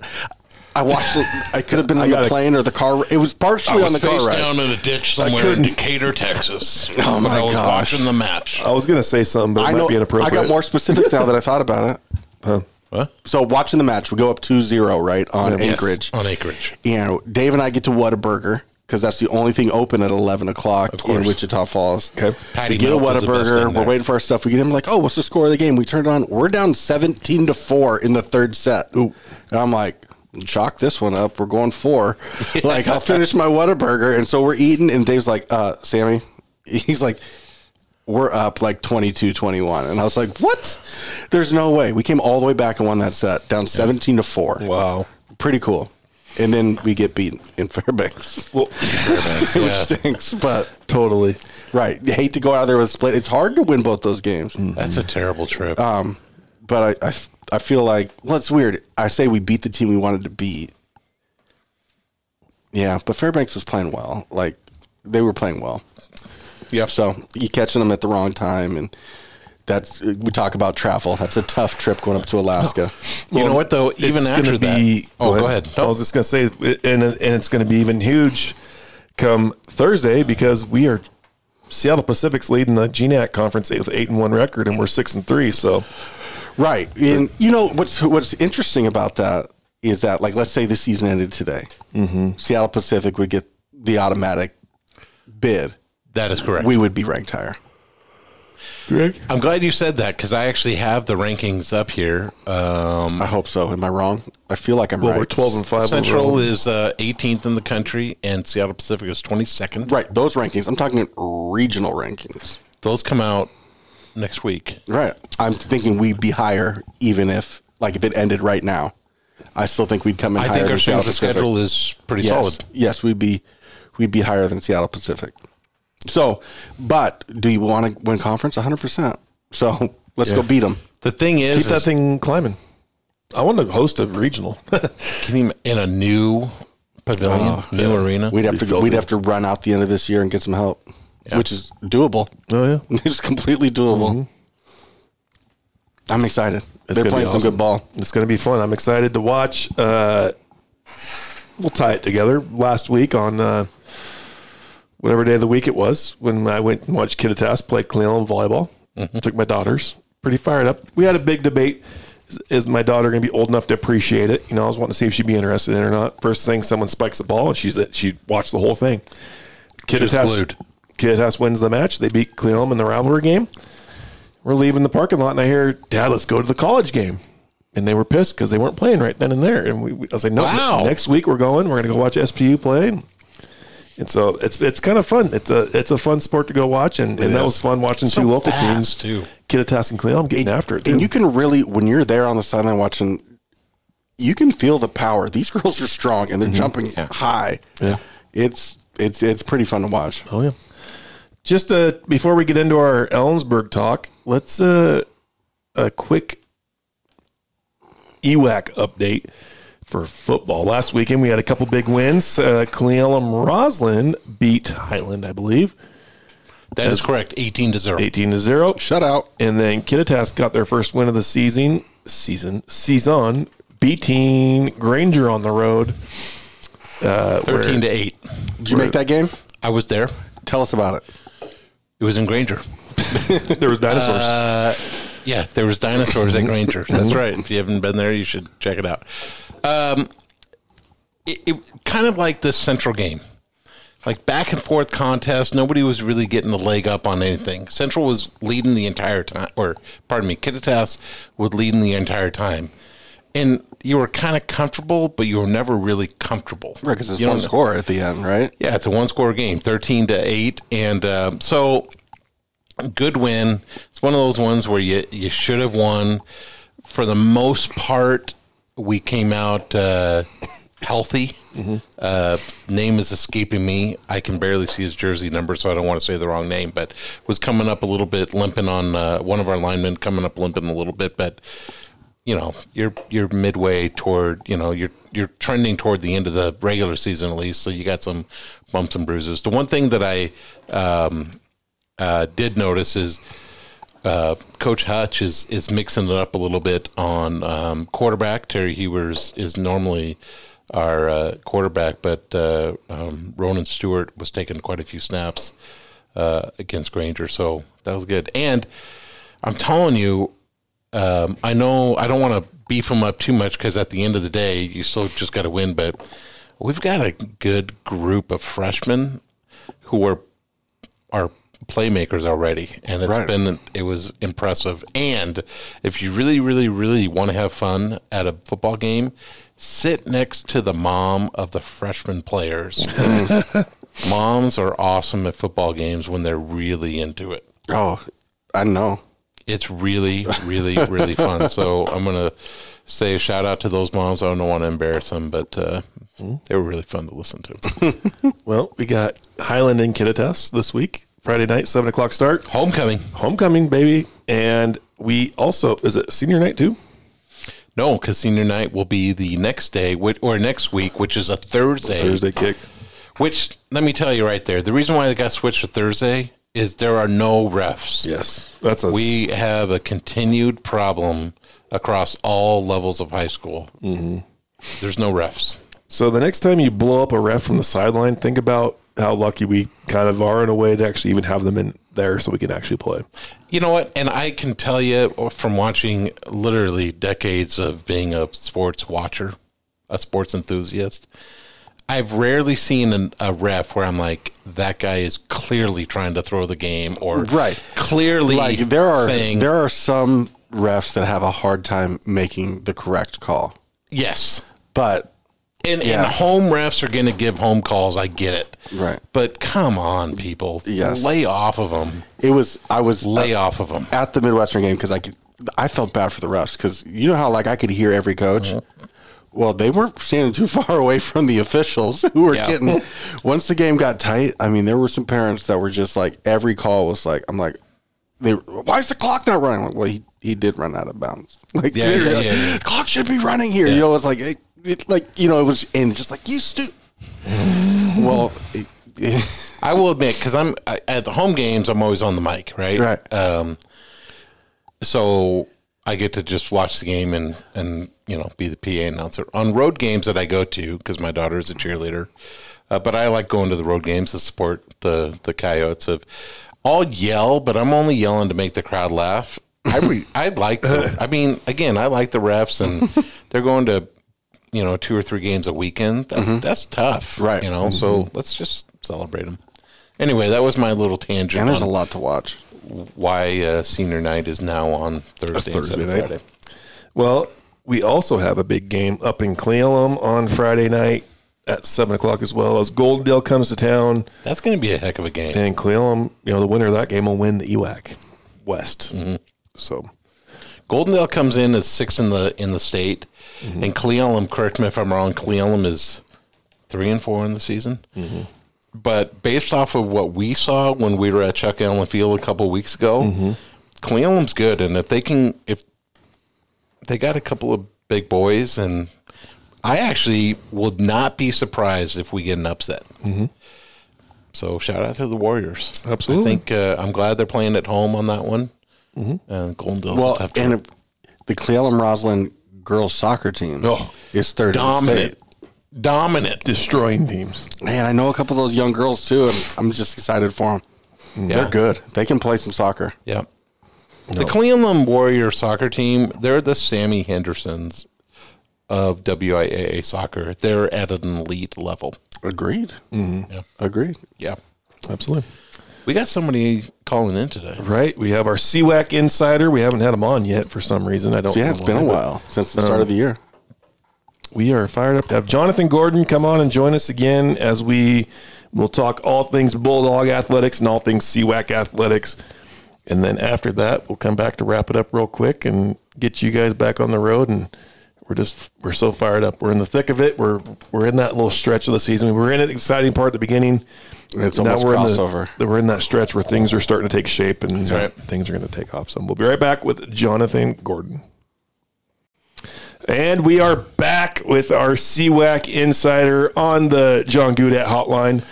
S7: I watched it. I could have been on the plane or the car. It was partially on the car
S6: face
S7: ride.
S6: down in a ditch somewhere in Decatur, Texas.
S7: Oh, my
S6: I was
S7: gosh.
S6: watching the match.
S3: I was gonna say something, but it
S7: I
S3: might
S7: know.
S3: be
S7: I
S3: inappropriate.
S7: got more specifics now that I thought about it.
S6: What?
S7: So watching the match, we go up 2-0, right, on Anchorage.
S6: Yes, on Anchorage.
S7: and Dave and I get to Whataburger because that's the only thing open at 11 o'clock in Wichita Falls. Okay.
S6: Patty
S7: we get a
S6: melt is the best
S7: Whataburger.
S6: thing there.
S7: We're waiting for our stuff. We get him like, oh, what's the score of the game? We turn it on. We're down 17 to 4 in the third set. And I'm like, chalk this one up. We're going four. like, I'll finish my Whataburger. And so we're eating. And Dave's like, uh, Sammy, he's like, we're up like 22 21. And I was like, what? There's no way. We came all the way back and won that set down 17 to 4
S6: Wow.
S7: pretty cool. And then we get beaten in Fairbanks,
S6: Well,
S7: which stinks. But
S3: totally.
S7: right, you hate to go out there with a split. It's hard to win both those games. Um,
S6: that's a terrible trip.
S7: Uh, But I, I f- I feel like well, it's weird. I say we beat the team we wanted to beat. Yeah, but Fairbanks was playing well. Like they were playing well.
S6: yep.
S7: So you catching them at the wrong time, and that's we talk about travel. That's a tough trip going up to Alaska.
S6: you know what though? Even
S3: it's
S6: after
S3: gonna
S6: that,
S3: be-
S6: oh, go ahead.
S3: I was just gonna say, and and it's gonna be even huge come Thursday because we are Seattle Pacific's leading the GNAC conference with eight and one record, and we're six and three. So
S7: Right, and you know what's what's interesting about that is that like let's say the season ended today, Seattle Pacific would get the automatic bid.
S6: that is correct.
S7: We would be ranked higher.
S6: I'm glad you said that because I actually have the rankings up here. Um,
S7: I hope so. Am I wrong? I feel like I'm
S3: well,
S7: right.
S3: we're twelve and five.
S6: Central
S3: overall.
S6: is uh, 18th in the country, and Seattle Pacific is 22nd.
S7: Right, those rankings. I'm talking regional rankings.
S6: Those come out next week.
S7: Right. I'm thinking we'd be higher even if like if it ended right now. I still think we'd come in
S6: I
S7: higher
S6: think
S7: than
S6: our strength
S7: Seattle
S6: of
S7: Pacific.
S6: schedule is pretty
S7: yes.
S6: solid.
S7: Yes, we'd be we'd be higher than Seattle Pacific. So, but do you want to win conference? 100%. So, let's go beat them.
S6: The thing is,
S3: Keep that
S6: is
S3: thing climbing. I want to host a regional.
S6: can you- in a new pavilion,
S7: Oh,
S6: new arena.
S7: We'd have to we'd have to run out the end of this year and get some help,
S6: Yeah.
S7: which is doable.
S3: Oh, yeah.
S7: It's completely doable. I'm excited. They're
S3: Mm-hmm. gonna be
S7: playing some
S3: awesome.
S7: good ball.
S3: It's going to be fun. I'm excited to watch. Uh, we'll tie it together. Last week on uh, whatever day of the week it was, when I went and watched Kittitas play Cleveland volleyball,
S7: Mm-hmm.
S3: Took my daughters. Pretty fired up. We had a big debate. Is, is my daughter going to be old enough to appreciate it? You know, I was wanting to see if she'd be interested in it or not. First thing, someone spikes the ball, and she's she watched the whole thing. Kittitas,
S6: glued.
S3: Kittitas wins the match. They beat Cleom in the rivalry game. We're leaving the parking lot, and I hear, Dad, let's go to the college game. And they were pissed because they weren't playing right then and there. And we, we- I was like, No,
S6: Wow.
S3: next week we're going. We're going to go watch SPU play. And so it's it's kind of fun. It's a it's a fun sport to go watch, and, and that was fun watching
S6: So
S3: two local teams,
S6: fast, too.
S3: Kittitas and Cleom, getting after it.
S7: And
S3: too.
S7: you can really, when you're there on the sideline watching, you can feel the power. These girls are strong and they're
S3: Mm-hmm.
S7: jumping high. Yeah, it's it's it's pretty fun to watch.
S3: Oh yeah. Just uh, before we get into our Ellensburg talk, let's uh, a quick E EWAC update for football. Last weekend we had a couple big wins. Uh, Clealum Roslin beat Highland, I believe,
S6: That is correct. 18 to 0.
S3: eighteen to zero.
S7: Shut out.
S3: And then Kittitas got their first win of the season. Season season beating Granger on the road.
S6: 13 to 8.
S7: Did you make that game?
S6: I was there.
S7: Tell us about it.
S6: It was in Granger.
S3: There was dinosaurs.
S6: Yeah, there was dinosaurs at Granger.
S7: Mm-hmm.
S6: That's right. If you haven't been there, you should check it out. Um, it, it kind of like this central game, like back and forth contest. Nobody was really getting the leg up on anything. Central was leading the entire time, or pardon me, Kittitas was leading the entire time, and you were kind of comfortable, but you were never really comfortable.
S7: Right, because it's
S6: You
S7: one
S6: don't know.
S7: score at the end, right?
S6: Yeah, it's a one score game, 13 to 8. And um, so, good win. It's one of those ones where you, you should have won. For the most part, we came out uh, healthy. Uh, name is escaping me. I can barely see his jersey number, so I don't want to say the wrong name, but was coming up a little bit limping on uh, one of our linemen, coming up limping a little bit, but you know you're you're midway toward you know you're you're trending toward the end of the regular season at least so you got some bumps and bruises the one thing that i um, uh, did notice is uh, coach hutch is is mixing it up a little bit on um, quarterback terry hewers is normally our uh, quarterback but uh, um, ronan stewart was taking quite a few snaps uh, against granger so that was good and i'm telling you um, I know I don't want to beef them up too much because at the end of the day, you still just got to win. But we've got a good group of freshmen who are are playmakers already, and it's been it was impressive. And if you really, really, really want to have fun at a football game, sit next to the mom of the freshman players. Moms are awesome at football games when they're really into it
S7: Oh, I know.
S6: it's really, really, really fun. So I'm gonna say a shout out to those moms. I don't want to embarrass them, but uh,
S3: Hmm?
S6: they were really fun to listen to.
S3: well, we got Highland and Kittitas this week. Friday night, seven o'clock start.
S6: Homecoming?
S3: homecoming baby and we also is it senior night too
S6: No, because senior night will be the next day, which, or next week, which is a Thursday.
S3: thursday kick
S6: Which let me tell you right there, the reason why they got switched to Thursday is there are no refs.
S3: yes that's a
S6: We have a continued problem across all levels of high school. Mm-hmm. There's no refs.
S3: so the next time you blow up a ref from the sideline think about how lucky we kind of are in a way to actually even have them in there so we can actually play
S6: You know what? And I can tell you from watching literally decades of being a sports watcher, a sports enthusiast, I've rarely seen an, a ref where I'm like, that guy is clearly trying to throw the game or
S7: Right.
S6: clearly
S7: Like there are
S6: saying,
S7: there are some refs that have a hard time making the correct call,
S6: yes.
S7: but
S6: And,
S7: Yeah.
S6: and home refs are going to give home calls. I get it.
S7: Right.
S6: But come on, people.
S7: Yes. Uh,
S6: Lay off of them.
S7: it was I was
S6: Lay off of them.
S7: at the Midwestern game because I could, I felt bad for the refs because you know how like I could hear every coach. Well, they weren't standing too far away from the officials who were
S6: Yeah.
S7: getting. Once the game got tight, I mean, there were some parents that were just like every call was like, I'm like, they why is the clock not running? I'm like, well, he he did run out of bounds. Like,
S6: Yeah,
S7: literally,
S6: yeah,
S7: like,
S6: yeah, yeah.
S7: clock should be running here. You know, it's like it, it, like you know it was and just like you stu. well, it- it-
S6: I will admit because I'm I, at the home games. I'm always on the mic, right?
S7: Right.
S6: Um, so I get to just watch the game and and you know be the PA announcer on road games that I go to because my daughter is a cheerleader. Uh, but I like going to the road games to support the the Coyotes. Of I'll yell, but I'm only yelling to make the crowd laugh. I re- I like. The, I mean, again, I like the refs, and they're going to, you know, two or three games a weekend. That's that's tough,
S7: Mm-hmm. Right. Mm-hmm.
S6: You know, so let's just celebrate them. Anyway, that was my little tangent.
S7: And there's a
S6: on
S7: lot to watch.
S6: Why uh, senior night is now on Thursday, instead
S3: Thursday
S6: of
S3: night.
S6: Friday.
S3: Well, we also have a big game up in Clallam on Friday night at seven o'clock as well. As Goldendale comes to town,
S6: That's going to be a heck of a game.
S3: and Clallam, you know, the winner of that game will win the E EWAC West. So
S6: Goldendale comes in as six in the in the state, and Cleolum. Correct me if I'm wrong. Cleolum is three and four in the season. But based off of what we saw when we were at Chuck Allen Field a couple weeks ago, mm good, and if they can, if they got a couple of big boys, and I actually would not be surprised if we get an upset. So shout out to the Warriors.
S3: Absolutely.
S6: I think uh, I'm glad they're playing at home on that one. Uh, Goldendale's a
S7: Well,
S6: tough
S7: and
S6: trip.
S7: if- the Clealum Roslyn girls soccer team
S6: Oh,
S7: is third in the
S6: dominant,
S7: state.
S6: dominant.
S3: destroying teams.
S7: Man, I know a couple of those young girls too, and I'm just excited for them. They're good. They can play some soccer.
S6: Yeah. The Cleveland Warrior soccer team, they're the Sammy Hendersons of WIAA soccer. They're at an elite level.
S7: Agreed.
S5: Mm.
S6: Yeah.
S7: Agreed.
S6: Yeah.
S3: Absolutely.
S6: We got somebody calling in today.
S3: Right. We have our CWAC insider. We haven't had him on yet for some reason. I don't
S7: Yeah,
S3: know
S7: it's been a
S3: why, but
S7: while since
S5: Um,
S7: the start of the year.
S3: We are fired up to have Jonathan Gordon come on and join us again as we will talk all things Bulldog athletics and all things CWAC athletics. And then after that, we'll come back to wrap it up real quick and get you guys back on the road. And we're just we're so fired up. We're in the thick of it. We're we're in that little stretch of the season. We were in an exciting part at the beginning.
S7: It's
S3: Now
S7: almost
S3: we're
S7: crossover.
S3: In the, we're in that stretch where things are starting to take shape and uh,
S6: right.
S3: things are going to take off. So we'll be right back with Jonathan Gordon. And we are back with our CWAC insider on the John Goudat hotline.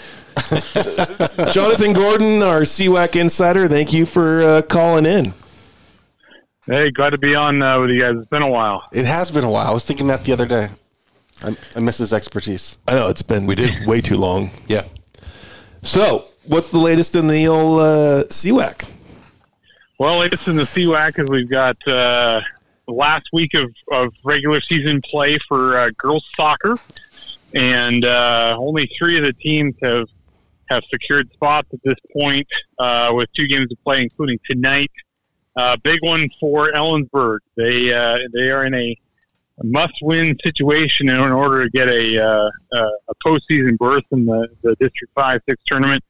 S3: Jonathan Gordon, our CWAC insider, thank you for uh, calling in.
S5: Hey, glad to be on uh, with you guys. It's been a while.
S7: It has been a while. I was thinking that the other day. I, I miss his expertise.
S3: I know it's been we did way too long.
S6: Yeah.
S3: So, what's the latest in the old uh, CWAC?
S5: Well, latest in the CWAC is we've got uh, the last week of, of regular season play for uh, girls soccer, and uh, only three of the teams have have secured spots at this point uh, with two games to play, including tonight. Uh, big one for Ellensburg. They uh, they are in a must-win situation in order to get a, uh, a a postseason berth in the, the District Five Six tournament.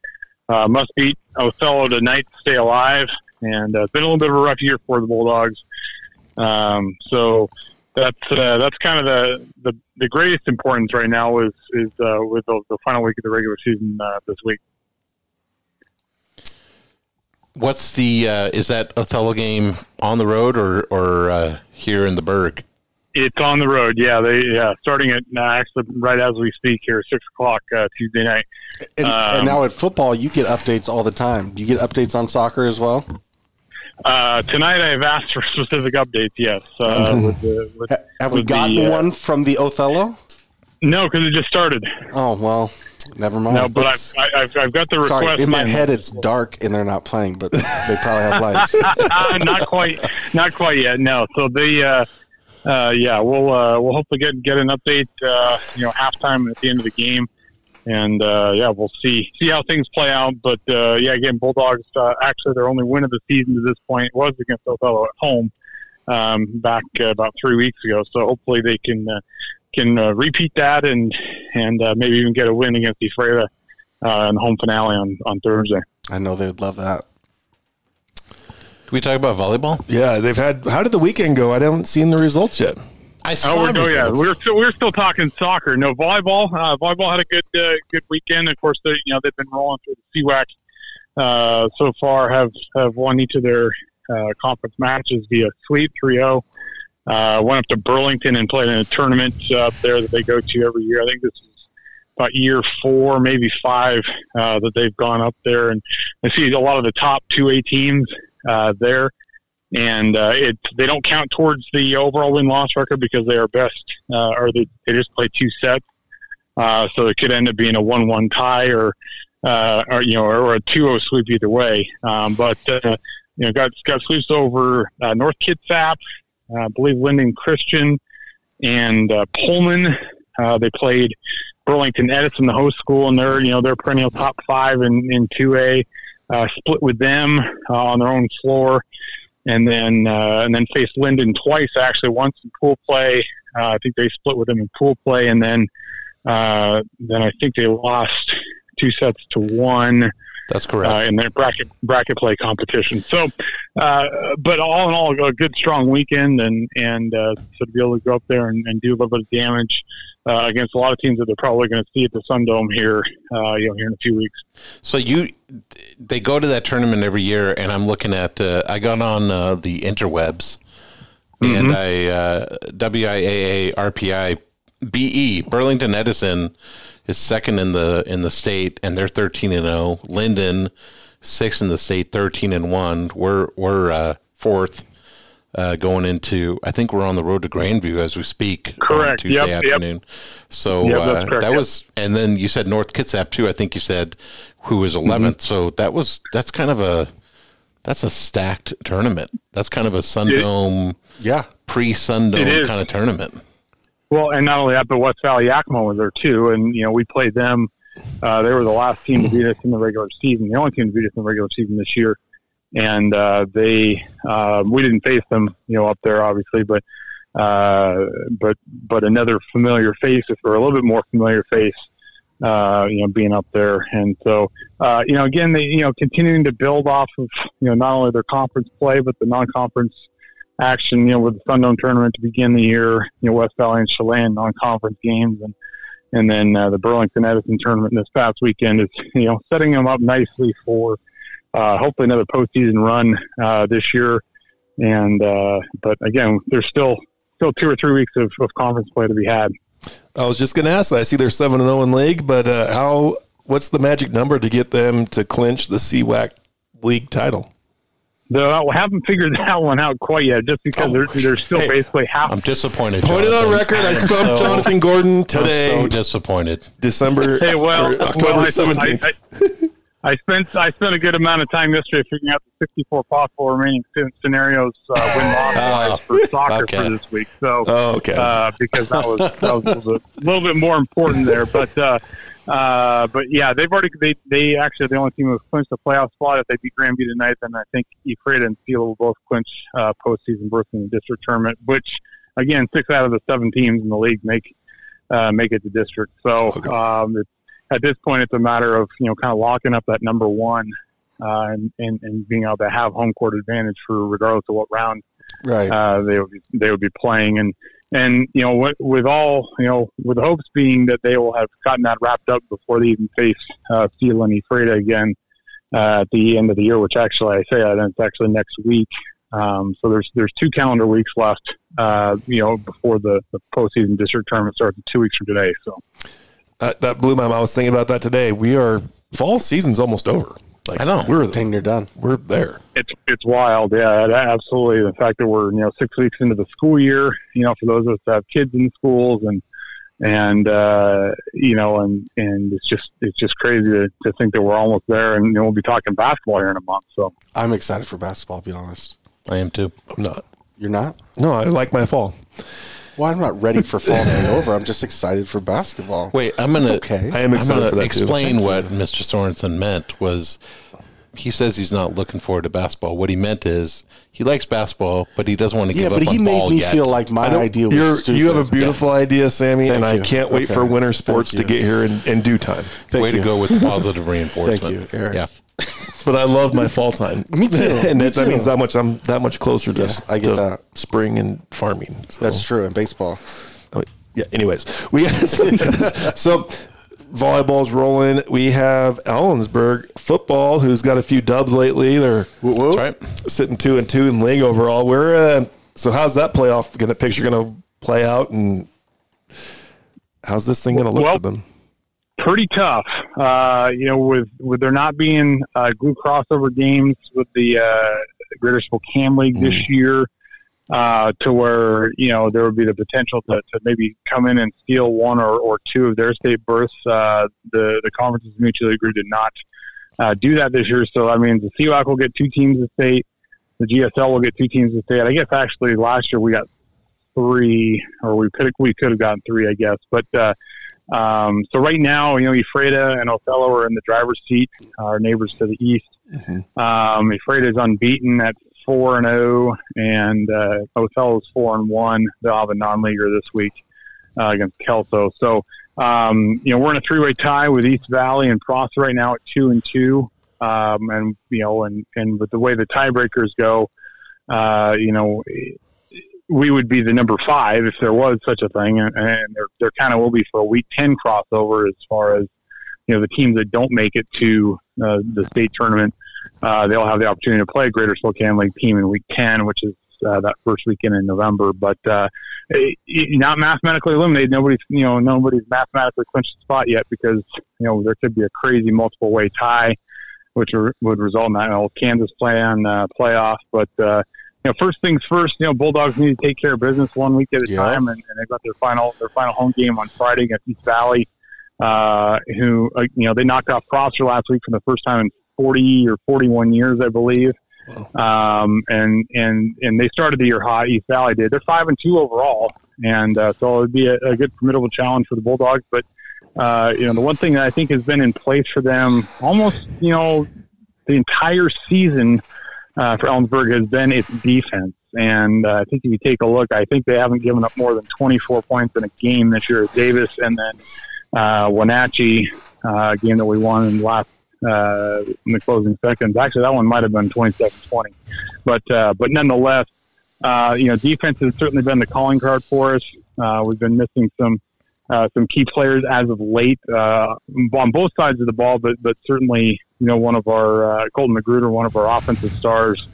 S5: Uh, must beat Othello tonight to stay alive, and uh, it's been a little bit of a rough year for the Bulldogs. Um, so that's uh, that's kind of the, the the greatest importance right now is is uh, with the, the final week of the regular season uh, this week.
S6: What's the, uh, is that Othello game on the road or, or uh, here in the Berg?
S5: It's on the road, yeah. They yeah, starting at uh, actually right as we speak here, six o'clock uh, Tuesday night.
S7: And, and
S5: Um,
S7: now at football, you get updates all the time. Do you get updates on soccer as well?
S5: Uh, tonight, I have asked for specific updates. Yes, uh,
S7: Mm-hmm.
S5: with the, with,
S7: Ha- Have we
S5: with the,
S7: gotten
S5: uh,
S7: one from the Othello?
S5: No, because it just started.
S7: Oh well, never mind.
S5: No, but I've, I, I've I've got the request.
S7: Oh, Sorry, in my
S5: in.
S7: head it's dark and they're not playing, but they probably have lights.
S5: uh, not quite, not quite yet. No. So the uh, uh, yeah, we'll uh, we'll hopefully get get an update. Uh, you know, halftime at the end of the game, and uh, yeah, we'll see see how things play out. But uh, yeah, again, Bulldogs uh, actually their only win of the season to this point was against Othello at home um, back uh, about three weeks ago. So hopefully they can uh, can uh, repeat that and and uh, maybe even get a win against Ephrata uh, in the home finale on on Thursday.
S7: I know they would love that.
S6: Can we talk about volleyball?
S3: Yeah, they've had. How did the weekend go? I haven't seen the results yet.
S6: I
S5: Oh,
S6: saw
S5: we're, oh yeah,
S6: results.
S5: we're still we're still talking soccer. No volleyball. Uh, volleyball had a good uh, good weekend. Of course, they, you know they've been rolling through the CWAC uh, so far. Have have won each of their uh, conference matches via sweep 3-0. Uh, went up to Burlington and played in a tournament uh, up there that they go to every year. I think this is about year four, maybe five uh, that they've gone up there, and I see a lot of the top two A teams uh, there and uh, it they don't count towards the overall win loss record because they are best uh, or they, they just play two sets. Uh, so it could end up being a one one tie or uh, or you know, or a 2-0 sweep either way. Um, but uh, you know, got got sweeps over uh, North Kitsap, uh, I believe Linden Christian, and uh, Pullman. Uh, they played Burlington Edison, the host school, and they're you know they're perennial top five in in 2A. Uh, split with them uh, on their own floor, and then uh, and then faced Linden twice actually. Once in pool play, uh, I think they split with them in pool play, and then uh, then I think they lost two sets to one
S6: That's
S5: uh, in their bracket bracket play competition. So, uh, but all in all, a good strong weekend, and and uh, so to be able to go up there and, and do a little bit of damage uh, against a lot of teams that they're probably going to see at the Sun Dome here, uh, you know, here in a few weeks.
S6: So you, they go to that tournament every year, and I'm looking at. Uh, I got on uh, the interwebs,
S5: Mm-hmm.
S6: and I uh, WIAA RPI BE E, Burlington Edison is second in the in the state, and they're 13 and 0. Linden sixth in the state, 13 and one. We're we're uh, fourth. Uh, going into, I think we're on the road to Grandview as we speak. on
S5: Correct.
S6: Tuesday
S5: Yep, yep.
S6: afternoon. So
S5: Yep, that's
S6: uh,
S5: correct,
S6: that
S5: yep.
S6: was, and then you said North Kitsap too. I think you said who was
S3: Mm-hmm.
S6: 11th. So that was that's kind of a that's a stacked tournament. That's kind of a
S5: It-
S6: Sundome,
S7: Yeah.
S6: pre Sundome
S5: is.
S6: kind of tournament.
S5: Well, and not only that, but West Valley Yakima was there too, and you know we played them. Uh, they were the last team to beat us in the regular season, the only team to beat us in the regular season this year, and uh, they uh, we didn't face them, you know, up there obviously, but uh, but but another familiar face, if or a little bit more familiar face, uh, you know, being up there, and so uh, you know, again, they you know continuing to build off of you know not only their conference play but the non-conference action, you know, with the Sundome tournament to begin the year, you know, West Valley and Chelan non-conference games, and and then uh, the Burlington Edison tournament this past weekend is, you know, setting them up nicely for uh, hopefully another postseason run uh, this year. And uh, but again, there's still still two or three weeks of, of conference play to be had.
S3: I was just going to ask that. I see they're 7 and 0 in league, but uh, how what's the magic number to get them to clinch the CWAC league title?
S5: Though I haven't figured that one out quite yet, just because they're, they're still
S6: Oh, Hey,
S5: basically half
S6: I'm disappointed.
S3: Put it on
S6: Jonathan.
S3: record. I
S6: I'm so-
S3: stumped Jonathan Gordon
S6: I'm
S3: today,
S6: so disappointed.
S3: December
S5: Hey, well,
S3: or October
S5: well, I-
S3: 17th.
S5: I, I, I spent I spent a good amount of time yesterday figuring out the 64 possible remaining sc- scenarios uh, win loss wise for soccer
S6: okay.
S5: for this week. So
S3: oh, okay.
S5: uh, because that was, that was a, little bit, little bit more important there. But uh, uh, but yeah, they've already they, they actually are the only team who clinched the playoff spot. If they beat Grandview tonight, then I think Ephrata and Seal will both clinch uh, postseason berth in the district tournament. Which again, six out of the seven teams in the league make uh, make it to district. So um, it's, at this point, it's a matter of you know kind of locking up that number one. Uh, and, and, and being able to have home court advantage for regardless of what round
S7: Right.
S5: uh, they would be, they would be playing and and you know what with all you know with the hopes being that they will have gotten that wrapped up before they even face uh, Seal and Ephrata again uh, at the end of the year, which actually I say that it's actually next week. Um, so there's there's two calendar weeks left, uh, you know, before the, the postseason district tournament starts in two weeks from today. So
S3: Uh, that blew my mind. I was thinking about that today. We are fall season's almost over. Like
S6: I know.
S3: we're
S7: Dang, they're done.
S3: we're there.
S5: it's it's wild, yeah, it- absolutely. The fact that we're you know six weeks into the school year, you know, for those of us that have kids in schools and and uh, you know, and and it's just it's just crazy to, to think that we're almost there, and you know, we'll be talking basketball here in a month. So
S7: I'm excited for basketball, to be honest.
S6: I am too.
S3: I'm not.
S7: You're not?
S3: No, I like my fall.
S7: Well, I'm not ready for fall to be over. I'm just excited for basketball.
S6: Wait, I'm gonna.
S7: okay.
S3: I am
S6: I'm
S3: excited
S6: gonna
S3: for that
S6: explain what Mr. Sorensen meant was. He says he's not looking forward to basketball. What he meant is he likes basketball, but he doesn't want to
S7: yeah,
S6: give up
S7: but he
S6: on
S7: made
S6: ball
S7: me
S6: yet.
S7: feel like my
S3: too.
S7: idea was
S3: You're-
S7: stupid.
S3: you have a beautiful idea, Sammy,
S7: Thank
S3: and
S7: you.
S3: I can't wait
S7: Okay.
S3: for winter
S7: Thank
S3: sports to
S7: you.
S3: get here in, in due time.
S7: Thank
S6: Way
S7: you.
S6: to go with positive reinforcement.
S7: you, Eric.
S6: Yeah.
S3: But I love my fall time.
S7: Me too.
S3: and
S7: Me
S3: that, that
S7: too.
S3: means that much. I'm that much closer to,
S7: Yes, I get
S3: to
S7: that.
S3: spring and farming. So.
S7: That's true. In baseball,
S3: Oh, yeah. Anyways, we so volleyball's rolling. We have Ellensburg football, who's got a few dubs lately. They're
S6: That's right.
S3: sitting two and two in league overall. We're uh, so how's that playoff going to picture going to play out, and how's this thing going to look
S5: Well-
S3: for them?
S5: pretty tough. Uh, you know, with with there not being uh, glue crossover games with the uh, Greater Spokane League this year, uh, to where you know there would be the potential to, to maybe come in and steal one or, or two of their state berths. Uh, the the conferences mutually agreed to not uh, do that this year. So I mean, the CWAC will get two teams of state. The GSL will get two teams of state. I guess actually last year we got three, or we could we could have gotten three, I guess. But uh, um, so right now, you know, Ephrata and Othello are in the driver's seat. Our neighbors to the east. Um, Ephrata is unbeaten at four and zero, and uh, Othello's four and one. They'll have a non-leaguer this week uh, against Kelso. So um, you know we're in a three-way tie with East Valley and Pross right now at two and two, um, and you know, and and with the way the tiebreakers go, uh, you know. We would be the number five if there was such a thing, and, and there, there kind of will be for a week ten crossover as far as you know the teams that don't make it to uh, the state tournament uh, they'll have the opportunity to play a Greater Spokane League team in Week 10, which is uh, that first weekend in November. But uh, it, it- not mathematically eliminated. Nobody's you know nobody's mathematically clinched the spot yet because you know there could be a crazy multiple way tie, which r- would result in that old Kansas play on uh, playoff. But uh, you know, first things first. You know, Bulldogs need to take care of business one week at a time, and, and they've got their final their final home game on Friday against East Valley. Uh, who uh, you know they knocked off Prosser last week for the first time in 40 or 41 years, I believe. Um, and, and, and they started the year hot. East Valley did. They're five and two overall. And, uh, so it would be a, a good, formidable challenge for the Bulldogs. But, uh, you know, the one thing that I think has been in place for them almost, you know, the entire season, uh, for Ellensburg has been its defense. And uh, I think if you take a look, I think they haven't given up more than 24 points in a game this year at Davis and then uh, Wenatchee, uh, game that we won in the last uh, in the closing seconds. Actually, that one might have been 27-20. But, uh, but nonetheless, uh, you know, defense has certainly been the calling card for us. Uh, we've been missing some uh, some key players as of late uh, on both sides of the ball, but, but certainly, you know, one of our uh, Colton Magruder, one of our offensive stars,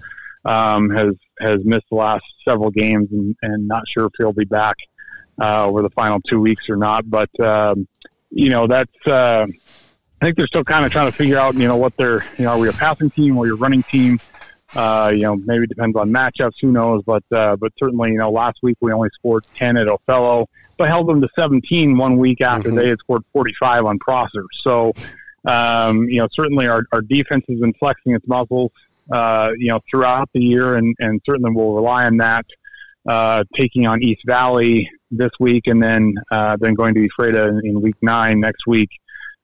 S5: um, has has missed the last several games and, and not sure if he'll be back uh, over the final two weeks or not. But um, you know, that's uh, I think they're still kind of trying to figure out, you know, what they're, you know, are we a passing team or we a running team? Uh, you know, maybe it depends on matchups. Who knows? But uh, but certainly, you know, last week we only scored ten at Othello, but held them to seventeen one week after they had scored forty five on Prosser. So, um, you know, certainly our, our defense has been flexing its muscles, uh, you know, throughout the year, and and certainly we'll rely on that. Uh, taking on East Valley this week, and then uh, then going to Ephrata in, in week nine next week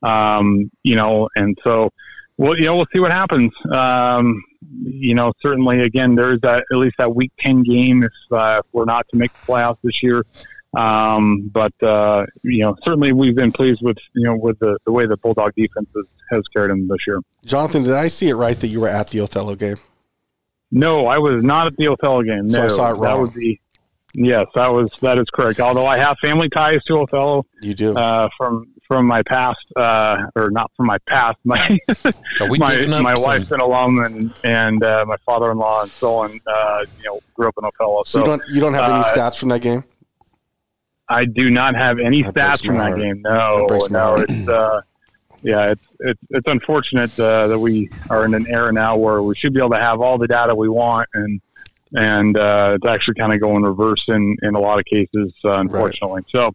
S5: um, you know, and so we'll you know we'll see what happens. Um, you know, certainly again there's that at least that week ten game if, uh, if we're not to make the playoffs this year. Um, but uh, you know, certainly we've been pleased with you know with the, the way the Bulldog defense has, has carried them this year.
S7: Jonathan, did I see it right that you were at the Othello game?
S5: No, I was not at the Othello game.
S7: So I
S5: No,
S7: saw it
S5: that
S7: wrong.
S5: would be yes, that was that is correct. Although I have family ties to Othello,
S7: You do.
S5: uh, from from my past, uh, or not from my past. My
S6: we
S5: my,
S6: digging up
S5: my
S6: some-
S5: wife's an alum, and and uh, my father-in-law and so on. Uh, you know, grew up in Ocala,
S7: so
S5: so,
S7: you don't you don't have any
S5: uh,
S7: stats from that game?
S5: I do not have any
S7: That breaks
S5: stats from
S7: my
S5: that
S7: heart.
S5: game.
S7: That
S5: No,
S7: breaks my
S5: no,
S7: heart.
S5: it's uh, yeah, it's it's it's unfortunate uh, that we are in an era now where we should be able to have all the data we want and. And uh, it's actually kind of going reverse in, in a lot of cases, uh, unfortunately. So,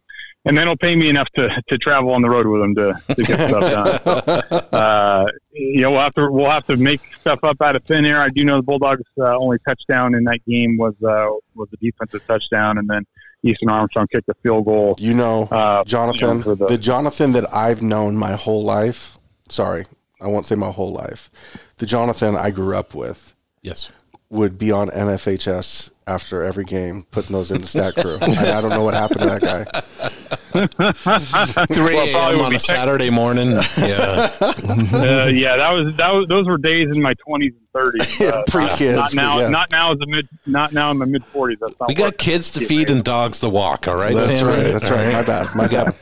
S5: and then it'll pay me enough to, to travel on the road with them to, to get stuff done. So, uh, you know, we'll have to we'll have to make stuff up out of thin air. I do know the Bulldogs' uh, only touchdown in that game was uh, was a defensive touchdown, and then Easton Armstrong kicked a field goal.
S7: You know,
S5: Uh,
S7: Jonathan,
S5: for
S7: the,
S5: the-
S7: Jonathan that I've known my whole life. Sorry, I won't say my whole life. The Jonathan I grew up with
S6: Yes.
S7: would be on NFHS after every game, putting those in the stat crew. I, I don't know what happened to that guy.
S6: 3
S5: probably
S6: a.m.
S5: would
S6: on
S5: be
S6: a
S5: tech-
S6: Saturday morning. Yeah.
S5: Uh, yeah, that was that was those were days in my twenties and thirties. Uh,
S7: Pre-kids,
S5: not, not now,
S7: yeah.
S5: not now as a mid, not now in my mid forties. That's not
S6: We got
S5: working.
S6: kids to feed and dogs to walk. All right,
S7: That's
S6: Sam?
S7: right. That's
S6: All
S7: right. My bad. My
S6: we
S7: bad.
S6: got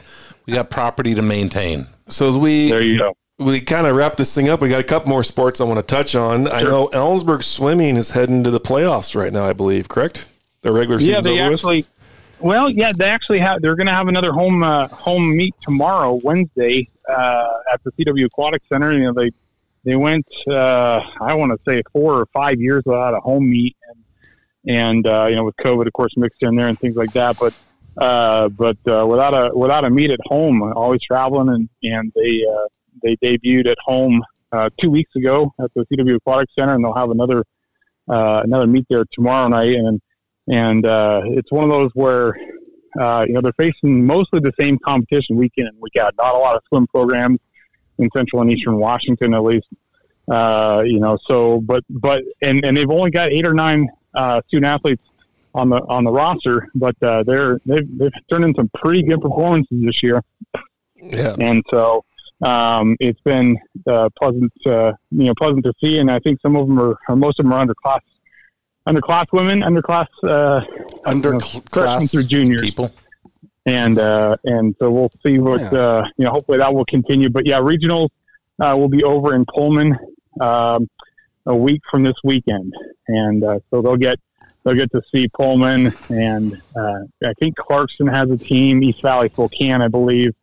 S6: we got property to maintain.
S3: So as we
S5: There you go.
S3: we kind of wrap this thing up. We got a couple more sports I want to touch on. I know Ellensburg swimming is heading to the playoffs right now. I believe correct. The regular
S5: Yeah,
S3: season's
S5: they
S3: over
S5: actually. Well, yeah, they actually have. They're going to have another home uh, home meet tomorrow, Wednesday, uh, at the CW Aquatic Center. You know, they they went. Uh, I want to say four or five years without a home meet, and and uh, you know with COVID, of course, mixed in there and things like that. But uh, but uh, without a without a meet at home, always traveling, and and they uh, they debuted at home uh, two weeks ago at the CW Aquatic Center, and they'll have another uh, another meet there tomorrow night, and and uh, it's one of those where uh, you know they're facing mostly the same competition week in and week out. Not a lot of swim programs in Central and Eastern Washington, at least. Uh, you know, so but but and and they've only got eight or nine uh, student athletes on the on the roster, but uh, they're they've, they've turned in some pretty good performances this year.
S3: Yeah.
S5: And so um, it's been uh, pleasant, uh, you know, pleasant to see. And I think some of them are, or most of them are underclass, underclass women, underclass uh,
S7: Under
S5: know,
S7: cl-
S5: freshmen
S7: class
S5: through juniors
S6: people.
S5: and uh, and so we'll see what
S7: Yeah.
S5: uh, you know. Hopefully that will continue. But yeah, regionals uh, will be over in Pullman um, a week from this weekend, and uh, so they'll get they'll get to see Pullman and uh, I think Clarkson has a team, East Valley Spokane, I believe.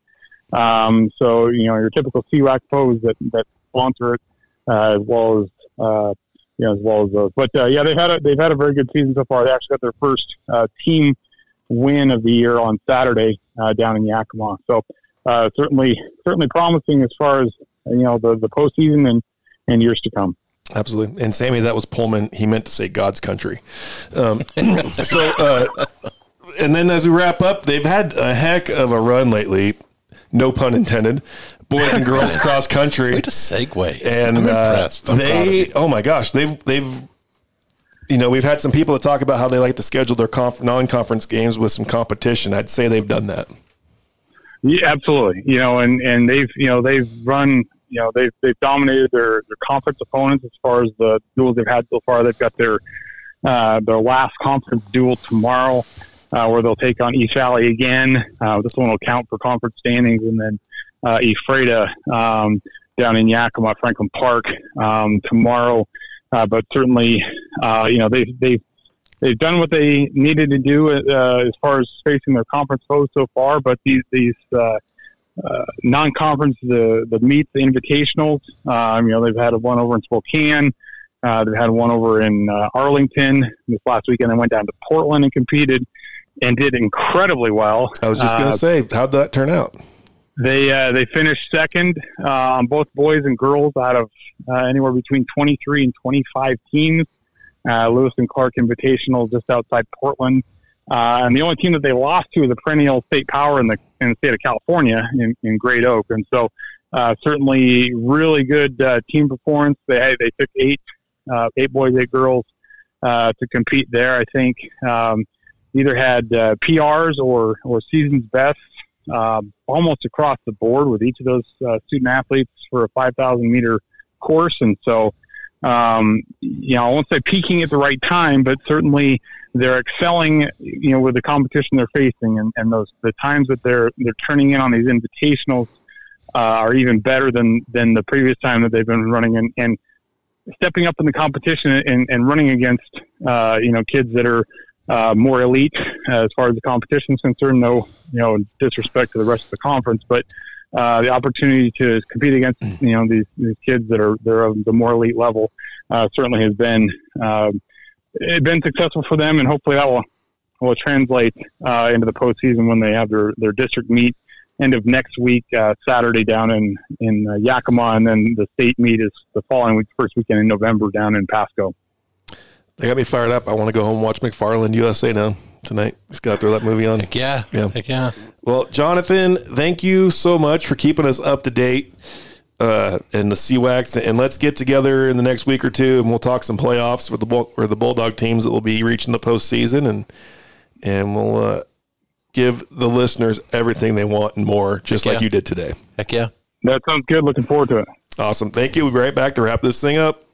S5: Um, so you know your typical CWAC foes that that sponsor it, uh, as well as uh, you know as well as those. But uh, yeah, they've had a, they've had a very good season so far. They actually got their first uh, team win of the year on Saturday uh, down in Yakima. So uh, certainly, certainly promising as far as you know the the postseason and and years to come.
S3: Absolutely. And Sammy, that was Pullman. He meant to say God's country. Um, so, uh, and then as we wrap up, they've had a heck of a run lately. No pun intended. Boys and girls cross country.
S6: Way to segue.
S3: And
S6: I'm
S3: uh,
S6: impressed. I'm proud of
S3: they,
S6: you.
S3: oh my gosh, they've they've, you know, we've had some people that talk about how they like to schedule their conf- non-conference games with some competition. I'd say they've done that.
S5: Yeah, absolutely. You know, and and they've you know they've run you know they've they've dominated their their conference opponents as far as the duels they've had so far. They've got their uh, their last conference duel tomorrow, uh, where they'll take on East Valley again. Uh, this one will count for conference standings, and then uh, Ephrata um, down in Yakima, Franklin Park um, tomorrow. Uh, but certainly, uh, you know they they they've done what they needed to do uh, as far as facing their conference foes so far. But these these uh, uh, non-conference, the the meets, the invitationals. Um, you know, they've had one over in Spokane. Uh, they've had one over in uh, Arlington this last weekend. I went down to Portland and competed and did incredibly well.
S3: I was just
S5: Uh,
S3: going to say, how'd that turn out?
S5: they uh, they finished second uh, on both boys and girls out of uh, anywhere between 23 and 25 teams. Uh, Lewis and Clark Invitational just outside Portland, uh, and the only team that they lost to is a perennial state power in the in the state of California in, in Great Oak. And so, uh, certainly, really good uh, team performance. They they took eight uh, eight boys, eight girls uh, to compete there. I think um, either had uh, PRs or or season's best um, almost across the board with each of those uh, student athletes for a 5,000 meter course. And so, um, you know, I won't say peaking at the right time, but certainly they're excelling, you know, with the competition they're facing and, and those, the times that they're, they're turning in on these invitationals uh, are even better than, than the previous time that they've been running and, and stepping up in the competition and, and running against, uh, you know, kids that are, uh, more elite uh, as far as the competition is concerned. No, you know, disrespect to the rest of the conference, but uh, the opportunity to compete against you know these, these kids that are they're of the more elite level uh, certainly has been um, it been successful for them, and hopefully that will will translate uh, into the postseason when they have their, their district meet end of next week uh, Saturday down in in uh, Yakima, and then the state meet is the following week, first weekend in November down in Pasco.
S3: They got me fired up. I want to go home and watch McFarland USA now tonight. Just got to throw that movie on.
S6: yeah.
S3: Yeah.
S6: Heck yeah.
S3: Well, Jonathan, thank you so much for keeping us up to date uh, in the CWAX. And let's get together in the next week or two, and we'll talk some playoffs with the Bull- or the Bulldog teams that will be reaching the postseason, and and we'll uh, give the listeners everything they want and more, just
S6: Heck
S3: like
S6: yeah.
S3: you did today.
S6: Heck yeah.
S5: That sounds good. Looking forward to it.
S3: Awesome. Thank you. We'll be right back to wrap this thing up.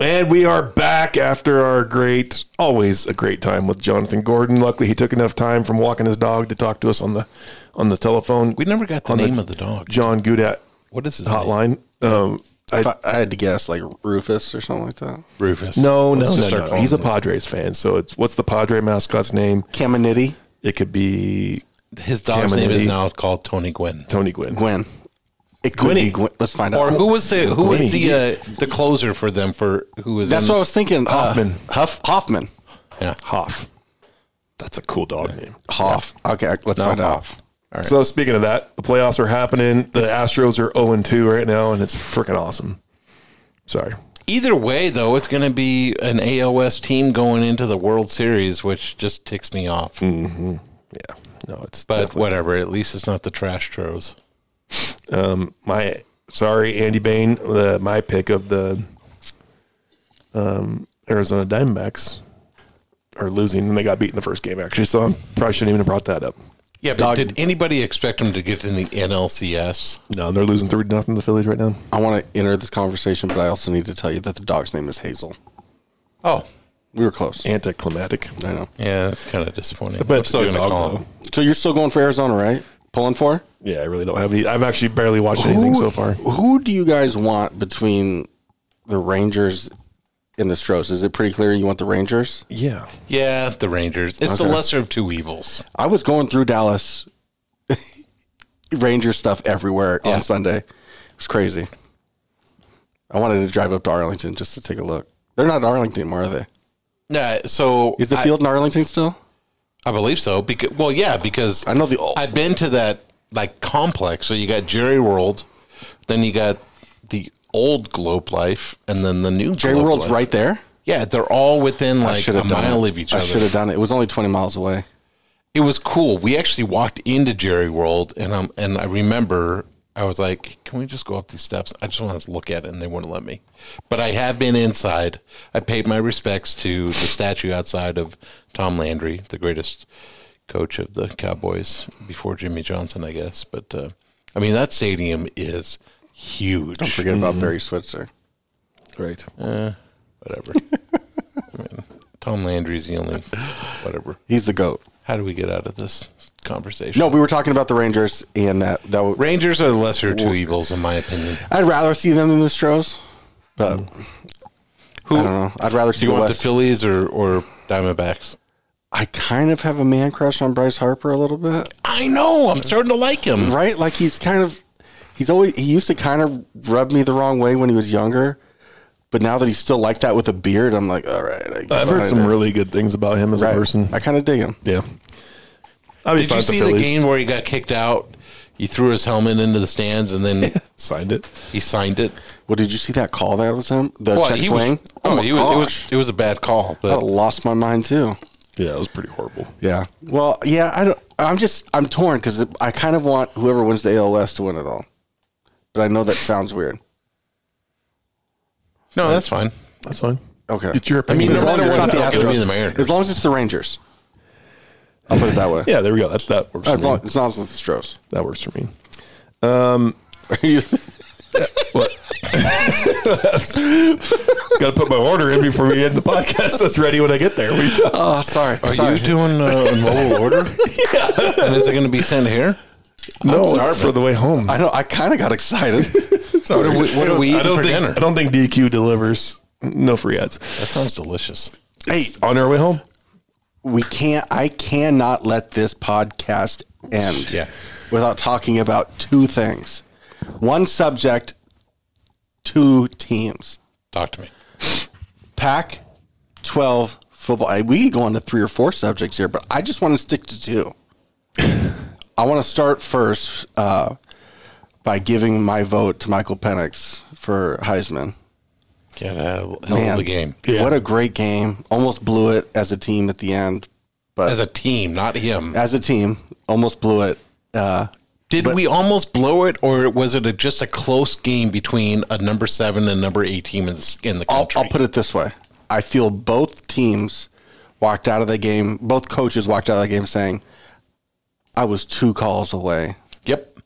S3: And we are back after our great, always a great time with Jonathan Gordon. Luckily, he took enough time from walking his dog to talk to us on the on the telephone.
S6: We never got the
S3: On the-
S6: name of the dog.
S3: John Gudat
S6: What is his name?
S3: hotline. Um, I,
S7: If I, I had to guess, like Rufus or something like that.
S6: Rufus.
S3: no,
S6: Let's
S3: no,
S6: just
S3: no,
S6: start
S3: no.
S6: calling
S3: He's a
S6: him
S3: Padres fan, so it's what's the Padre mascot's name?
S7: Caminiti,
S3: It could be
S6: that. His dog's name is
S3: Caminiti.
S6: now called Tony Gwynn.
S3: Tony Gwynn.
S7: Gwen. It could
S8: Gwinny.
S7: be. Gwen- Let's find
S6: Or
S7: out.
S6: who was the who was the uh, the closer for them for who was
S7: That's
S6: in,
S7: what I was thinking. uh,
S8: Hoffman.
S7: Huff, Hoffman.
S6: yeah.
S8: Hoff. That's a cool dog name.
S7: Hoff. Okay, let's
S6: No,
S7: find
S6: Hoff.
S7: out.
S3: So speaking of that, the playoffs are happening. The Astros are 0 2 right now, and it's freaking awesome. Sorry.
S6: Either way, though, it's going to be an AOS team going into the World Series, which just ticks me off.
S3: Yeah. No, it's
S6: But whatever. At least it's not the trash tros.
S3: my sorry, Andy Bain, the, my pick of the um, Arizona Diamondbacks are losing, and they got beat in the first game actually. So I probably shouldn't even have brought that up.
S6: Yeah, but did anybody expect them to get in the NLCS?
S3: No, they're losing three to nothing to the Phillies right now.
S7: I want to enter this conversation, but I also need to tell you that the dog's name is Hazel.
S6: Oh,
S7: We were close.
S3: Anticlimactic.
S7: I know.
S6: yeah, that's kind of disappointing.
S3: But
S6: I'm still
S3: it's a
S6: going to
S3: good dog,
S6: call
S3: though.
S6: them.
S7: So you're still going for Arizona, right? Pulling for?
S3: Yeah, I really don't have any. I've actually barely watched anything so far.
S7: Who do you guys want between the Rangers and the Stros? Is it pretty clear you want the Rangers?
S3: Yeah,
S6: Yeah, the Rangers. It's the lesser of two evils.
S7: I was going through Dallas Ranger stuff everywhere
S6: Yeah.
S7: on Sunday. It was crazy. I wanted to drive up to Arlington just to take a look. They're not in Arlington anymore, are they?
S6: Nah, so
S7: Is the
S6: I-
S7: field in Arlington still?
S6: I, believe so. Because well, yeah, because
S7: I know the old.
S6: I've been to that like complex. So you got Jerry World, then you got the old Globe Life, and then the new
S7: Jerry
S6: Globe
S7: World's
S6: Life.
S7: right there.
S6: Yeah, they're all within
S7: I
S6: like
S7: should
S6: a
S7: have done
S6: mile
S7: it.
S6: of each
S7: I
S6: other.
S7: should have done it. It was only 20 miles away.
S6: It was cool. We actually walked into Jerry World, and um, and I remember I was like, "Can we just go up these steps? I just want to look at it," and they wouldn't let me. But I have been inside. I paid my respects to the statue outside of Tom Landry, the greatest coach of the Cowboys before Jimmy Johnson, I guess. But uh, I mean, that stadium is huge.
S7: Don't forget
S6: Mm-hmm.
S7: about Barry Switzer.
S3: right.
S6: Whatever. I mean, Tom Landry's the only whatever.
S7: He's the goat.
S6: How do we get out of this conversation?
S7: No, we were talking about the Rangers and that that. w-
S6: Rangers are the lesser of two evils, in my opinion.
S7: I'd rather see them than the Stros, but
S6: Who
S7: I don't know. I'd rather
S6: do
S7: see
S6: you
S7: the
S6: want?
S7: West.
S6: The Phillies or or Diamondbacks?
S7: I kind of have a man crush on Bryce Harper a little bit,
S6: I know. I'm starting to like him.
S7: right? Like he's kind of he's always he used to kind of rub me the wrong way when he was younger, but now that he's still like that with a beard, I'm like, all right. I get
S3: I've heard
S7: behind
S3: some
S7: it.
S3: really good things about him as
S7: Right.
S3: a person.
S7: I kind of dig him.
S3: Yeah. I'd be
S6: Did you
S3: fine with
S6: see the,
S3: Phillies.
S6: game where he got kicked out? He threw his helmet into the stands and then
S3: Signed it.
S6: he signed it.
S7: Well, did you see that call that was him? The
S6: Well,
S7: check
S6: he
S7: swing. Oh.
S6: was, oh, he was, it was it was a bad call,
S7: I
S6: but
S7: lost my mind too.
S3: Yeah, it was pretty horrible.
S7: Yeah. Well, yeah. I don't. I'm just. I'm torn because I kind of want whoever wins the AL West to win it all, but I know that sounds weird.
S6: no, that's fine.
S3: That's fine.
S7: Okay.
S3: It's your
S6: I mean,
S3: opinion.
S6: no
S7: As long
S6: matter
S7: as
S6: what,
S7: it's not the
S6: it's not gonna be
S7: Astros.
S6: the Mariners.
S7: As long as it's the Rangers. I'll put it that way.
S3: yeah, there we go. That's that works. For
S7: As long,
S3: me.
S7: as long as it's the Stros.
S3: That works for me. Got to put my order in before we end the podcast. That's ready when I get there. We talk.
S7: Oh, sorry.
S6: Are
S7: sorry.
S6: you doing uh, a mobile order? And is it going to be sent here?
S3: No, it's for the way home.
S7: I know. I kind of got excited.
S6: What are we, what are we
S3: I
S6: eating
S3: don't
S6: for
S3: think
S6: dinner?
S3: I don't think DQ delivers. No free ads.
S6: That sounds delicious.
S7: hey,
S3: On our way home.
S7: we can't. I cannot let this podcast end
S6: Yeah.
S7: without talking about two things. One subject, two teams.
S6: Talk to me.
S7: Pac 12 football. I- We could go on to three or four subjects here, but I just want to stick to two. I want to start first uh, by giving my vote to Michael Penix for Heisman.
S6: Get a hell of a game
S7: What a great game. Almost blew it as a team at the end, but
S6: as a team, not him.
S7: as a team, almost blew it. Uh,
S6: Did we almost blow it, or was it a, just a close game between a number seven and number eight team in the, in the
S7: I'll,
S6: country?
S7: I'll put it this way. I feel both teams walked out of the game, both coaches walked out of the game saying, I was two calls away
S6: Yep,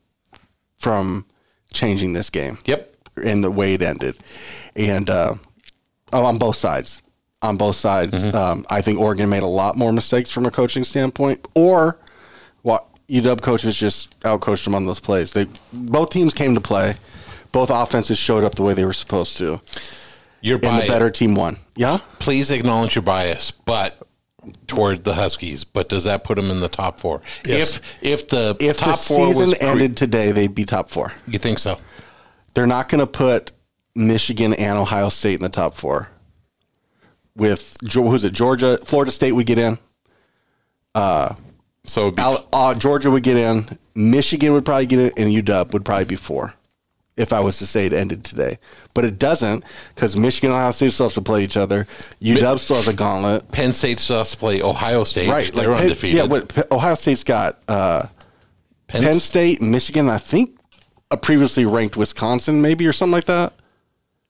S7: from changing this game
S6: yep.
S7: and the way it ended. And uh, oh, on both sides, on both sides,
S6: Mm-hmm.
S7: um, I think Oregon made a lot more mistakes from a coaching standpoint, or what UW coaches just outcoached them on those plays. They both teams came to play, both offenses showed up the way they were supposed to,
S6: Your
S7: and
S6: bias.
S7: the better team won. Yeah,
S6: Please acknowledge your bias, but toward the Huskies, but does that put them in the top four?
S7: Yes.
S6: If if the
S7: If
S6: top
S7: the
S6: four
S7: season
S6: was
S7: ended today, they'd be top four.
S6: you think so?
S7: They're not going to put Michigan and Ohio State in the top four. With Ge- who's it? Georgia, Florida State would get in.
S6: So it'd be
S7: Al, uh, Georgia would get in. Michigan would probably get in, and UW would probably be four. If I was to say it ended today, but it doesn't because Michigan and Ohio State still have to play each other. UW still has a gauntlet.
S6: Penn State still has to play Ohio State.
S7: Right,
S6: they're
S7: Penn-
S6: undefeated.
S7: Yeah, what P- Ohio State's got uh,
S6: Penn,
S7: Penn State, Michigan, I think a previously ranked Wisconsin, maybe or something like that,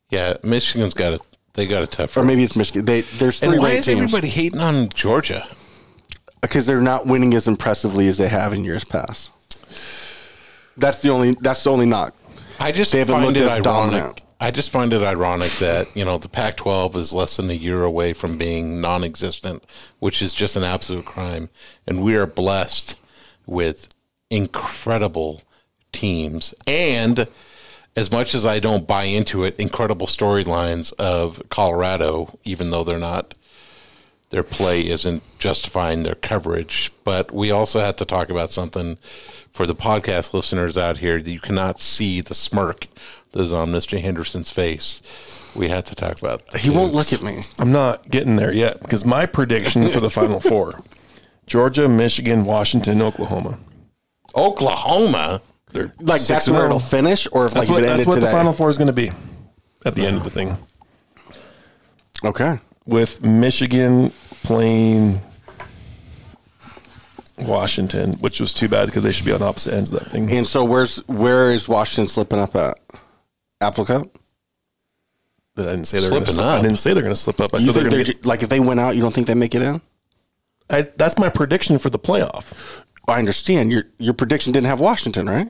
S6: yeah, Michigan's got it. They got it tough.
S7: or maybe it's Michigan. They there's three
S6: and why
S7: ranked
S6: is
S7: teams
S6: everybody hating on Georgia?
S7: because they're not winning as impressively as they have in years past. That's the only. That's the only knock.
S6: I just
S7: They haven't
S6: find
S7: looked
S6: it
S7: as
S6: ironic.
S7: dominant.
S6: I just find it ironic that you know the Pac-12 is less than a year away from being non-existent, which is just an absolute crime, and we are blessed with incredible teams and. As much as I don't buy into it, incredible storylines of Colorado, even though they're not, their play isn't justifying their coverage. But we also have to talk about something for the podcast listeners out here that you cannot see the smirk that is on Mr. Henderson's face. We have to talk about
S7: He won't look at me.
S3: I'm not getting there yet because my prediction for the Final Four: Georgia, Michigan, Washington, Oklahoma.
S6: Oklahoma.
S3: They're
S7: Like
S3: six
S7: that's
S3: and
S7: where
S3: oh.
S7: it'll finish, or if
S3: That's
S7: like
S3: what,
S7: it
S3: that's
S7: ended
S3: what the
S7: today.
S3: Final Four is going to be at the end of the thing,
S7: okay.
S3: with Michigan playing Washington, which was too bad because they should be on opposite ends of that thing.
S7: And so where's where is Washington slipping up at? Applecoat.
S3: I didn't say they're going
S6: Slipping
S3: to.
S6: up.
S3: I didn't say they're going to slip up. I
S7: You
S3: said they're
S7: think
S3: going
S7: they're
S3: to.
S7: ju- like if they went out, you don't think they make it in?
S3: I, that's my prediction for the playoff.
S7: Oh, I understand your your prediction didn't have Washington, right?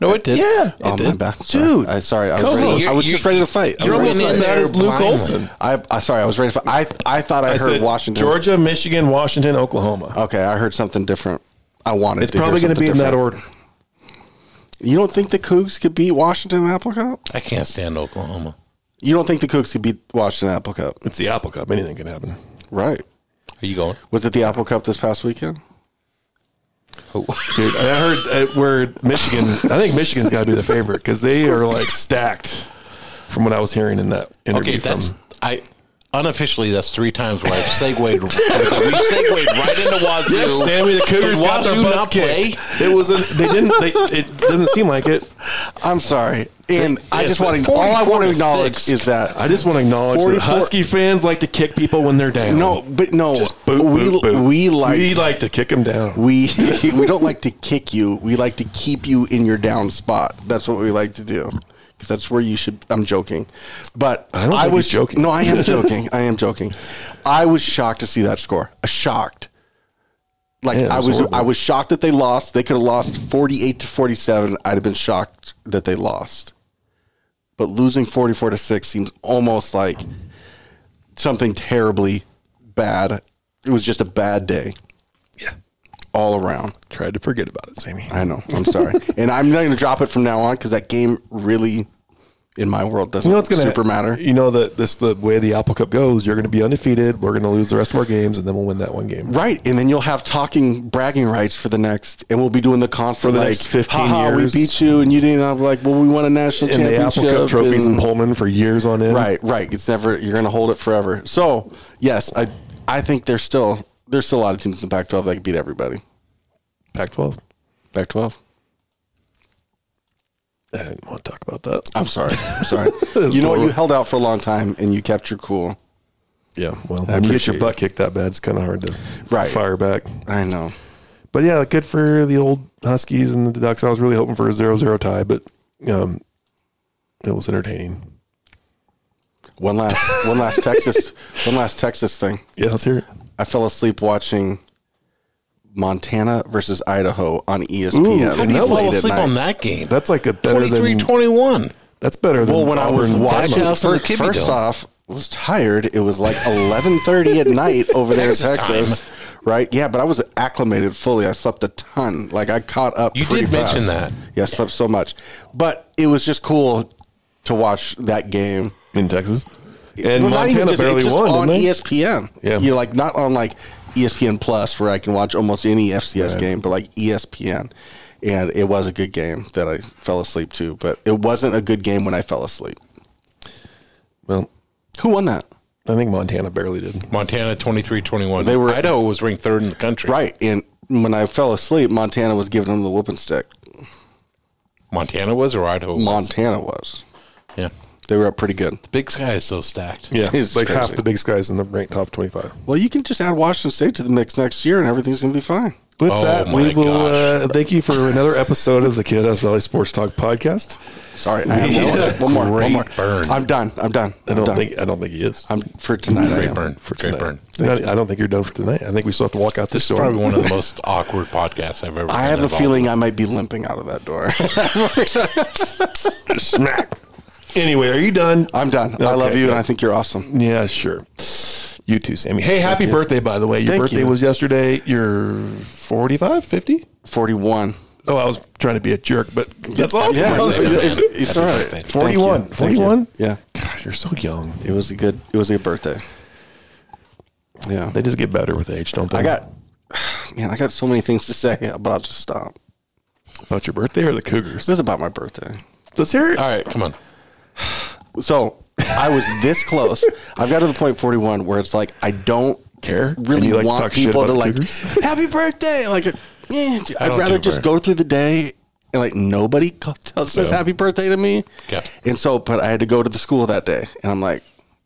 S6: No, it did.
S3: Yeah.
S7: Oh my bad, sorry.
S3: Dude.
S7: I, sorry, I
S3: Come
S7: was,
S3: on.
S7: ready, I was
S6: You-
S7: just ready to fight. I
S3: You're
S7: was ready
S3: almost
S7: to
S3: as
S7: fight.
S3: bad as Luke
S6: blindly.
S3: Olson.
S7: I, I sorry, I was ready to fight. I I thought I,
S3: I
S7: heard
S3: said
S7: Washington.
S3: Georgia, Michigan, Washington, Oklahoma.
S7: Okay, I heard something different. I wanted.
S3: It's probably going to be in that order.
S7: You don't think the Cougs could beat Washington and Applecoat?
S6: I can't stand Oklahoma.
S7: You don't think the Cougs could beat Washington and Applecoat?
S3: It's the Apple Cup. Anything can happen.
S7: Right.
S6: Are you going?
S7: Was it the Apple Cup this past weekend?
S3: Dude, I heard uh, where Michigan. I think Michigan's got to be the favorite because they are like stacked. From what I was hearing in that interview,
S6: Okay,
S3: from
S6: that's I. Unofficially, that's three times where I've segued. we segued right into Wazoo.
S3: Sammy, the Cougars
S6: Did
S3: got their
S6: Wazoo
S3: butts
S6: not play?
S3: kicked. It wasn't. They didn't. They, it doesn't seem like it.
S7: I'm sorry, and I
S3: Yes,
S7: just want to.
S3: but
S7: All I want to
S3: 44 to
S7: acknowledge
S6: six.
S7: is that
S3: I just want to acknowledge
S7: 44
S3: that Husky fans like to kick people when they're down.
S7: no, but no,
S3: just boot,
S7: we
S3: boot, boot.
S7: we like
S3: we like to kick them down.
S7: we we don't like to kick you. We like to keep you in your down spot. That's what we like to do. 'Cause that's where you should. I'm joking, but
S3: I don't think
S7: was
S3: he's joking.
S7: No, I am joking. I am joking. I was shocked to see that score. Shocked. Like
S3: Yeah, it
S7: I
S3: was
S7: was,
S3: horrible.
S7: I was shocked that they lost. They could have lost 48 to 47. I'd have been shocked that they lost. But losing 44 to six seems almost like something terribly bad. It was just a bad day.
S3: Yeah.
S7: All around.
S3: Tried to forget about it, Sammy.
S7: I know. I'm sorry, and I'm not going to drop it from now on because that game really, in my world, doesn't
S3: You know what's going to
S7: super matter.
S3: You know that this the way the Apple Cup goes. You're going to be undefeated. We're going to lose the rest of our games, and then we'll win that one game.
S7: Right, and then you'll have talking bragging rights for the next, and we'll be doing the conference
S3: the
S7: like,
S3: next 15
S7: "Haha,
S3: years."
S7: We beat you, and you didn't. I'm like, well, we won a national
S3: And the
S7: championship.
S3: Apple Cup trophies in
S7: and-
S3: Pullman for years on end.
S7: Right, right. It's never. You're going to hold it forever. So yes, I I think there's still there's still a lot of teams in the Pac-12 that can beat everybody.
S3: Pac-12.
S7: Pac-12.
S3: I didn't want to talk about that.
S7: I'm sorry. I'm sorry. you know what? You held out for a long time, and you kept your cool.
S3: Yeah. Well, when you get
S7: appreciate
S3: your
S7: it.
S3: butt kicked that bad, it's kind of hard to
S7: Right.
S3: fire back.
S7: I know.
S3: But yeah, good for the old Huskies and the Ducks. I was really hoping for a 0-0 tie, but um, it was entertaining.
S7: One last, one last Texas, one last Texas thing.
S3: Yeah, let's hear it.
S7: I fell asleep watching Montana versus Idaho on E
S3: Ooh,
S7: ESPN.
S3: how do
S6: How do you
S3: That was
S6: fall
S7: late at
S6: asleep
S7: night.
S6: on that game?
S3: That's like a better than
S6: 23-21.
S3: that's better than
S7: Well, when I was
S3: Auburn-
S7: watching,
S6: Dabo.
S7: fir-
S6: Kibbe
S7: first,
S6: Dome.
S7: off, was tired. It was like eleven thirty at night over there in
S6: Texas
S7: Texas, right? Yeah, but I was acclimated fully. I slept a ton. Like I caught up.
S6: You
S7: pretty
S6: did mention
S7: fast.
S6: that.
S7: Yeah, I slept so much, but it was just cool to watch that game.
S3: in Texas. And
S7: Well, not even
S3: Montana
S7: just-
S3: barely
S7: it's just
S3: won,
S7: on E
S3: didn't they?
S7: ESPN.
S3: Yeah.
S7: You're like E not on like ESPN Plus where I can watch almost any FCS game, but like E ESPN. And it was a good game that I fell asleep to, but it wasn't a good game when I fell asleep.
S3: Well,
S7: Who won that?
S3: I think Montana barely did.
S6: Montana 23 21.
S7: They were-
S6: Idaho was ranked third in the country.
S7: Right. And when I fell asleep, Montana was giving them the whooping stick.
S6: Montana was or Idaho? was?
S7: Montana was.
S6: Yeah.
S7: They were up pretty good.
S6: Big Sky is so stacked.
S3: Yeah,
S7: It's
S3: like half
S7: crazy.
S3: the big skies in the ranked top twenty-five.
S7: Well, you can just add Washington State to the mix next year and everything's going to be fine.
S3: With
S6: Oh
S3: that,
S6: my
S3: we will
S6: gosh.
S3: uh, thank you for another episode of the Kiddos Valley Sports Talk podcast.
S7: Sorry. I have one, more. One
S6: Great
S7: more.
S6: burn.
S7: I'm done. I'm done.
S3: I
S7: I'm
S3: don't
S7: done.
S3: think I don't think he is.
S7: I'm for tonight. I
S6: Great
S7: am.
S6: burn. Great
S3: tonight.
S6: burn.
S3: I, I don't think you're done for tonight. I think we still have to walk out
S6: This
S3: this door.
S6: is probably one of the most awkward podcasts I've ever
S7: I
S6: been
S7: have a
S6: involved
S7: feeling I might be limping out of that door.
S3: smack. Anyway, are you done?
S7: I'm done. I
S3: Okay,
S7: love you,
S3: good.
S7: and I think you're awesome.
S3: Yeah, sure. You too, Sammy. Hey, happy birthday, by the way. Your
S7: Thank
S3: birthday
S7: you.
S3: was yesterday. You're 45, 50?
S7: 41.
S3: Oh, I was trying to be a jerk, but that's awesome.
S7: Yeah, it's, it's- it's all right.
S6: birthday.
S7: Thank
S3: 41.
S7: you. Thank you.
S3: 41?
S7: Yeah,
S3: God, you're so young.
S7: it was a good. It was a good birthday. Yeah,
S3: They just get better with age, don't they?
S7: I got. Man, I got so many things to say, but I'll just stop.
S3: about your birthday or the Cougars.
S7: This is about my birthday.
S3: Let's hear it.
S6: All right, come on.
S7: So I was this close. I've got to the point 41 where it's like I don't
S3: Care? And
S7: really
S3: you like to
S7: want
S3: talk shit
S7: people
S3: about
S7: to
S3: the
S7: like
S3: Cougars?
S7: happy birthday. Like, eh,
S6: I
S7: I'd
S6: don't
S7: rather
S6: do
S7: just
S6: very-
S7: go through the day and like nobody co- tells, says
S6: Yeah.
S7: happy birthday to me.
S6: Yeah.
S7: And so, but I had to go to the school that day, and I'm like,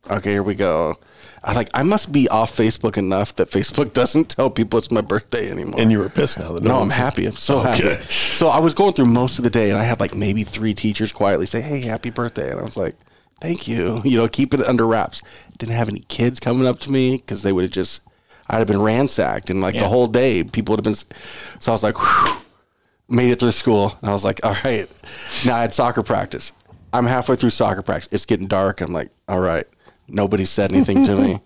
S7: okay, here we go. I was like I must be off Facebook enough that Facebook doesn't tell people it's my birthday anymore.
S3: And you were pissed now. That
S7: No, I'm
S3: one's-
S7: happy. I'm so happy. So I was going through most of the day, and I had like maybe three teachers quietly say, "Hey, happy birthday," and I was like, "Thank you." You know, keep it under wraps. Didn't have any kids coming up to me because they would have just, I'd have been ransacked, and like the whole day, people would have been. s- So I was like, whew, made it through school, and I was like, "All right." Now I had soccer practice. I'm halfway through soccer practice. It's getting dark. I'm like, "All right." Nobody said anything to me.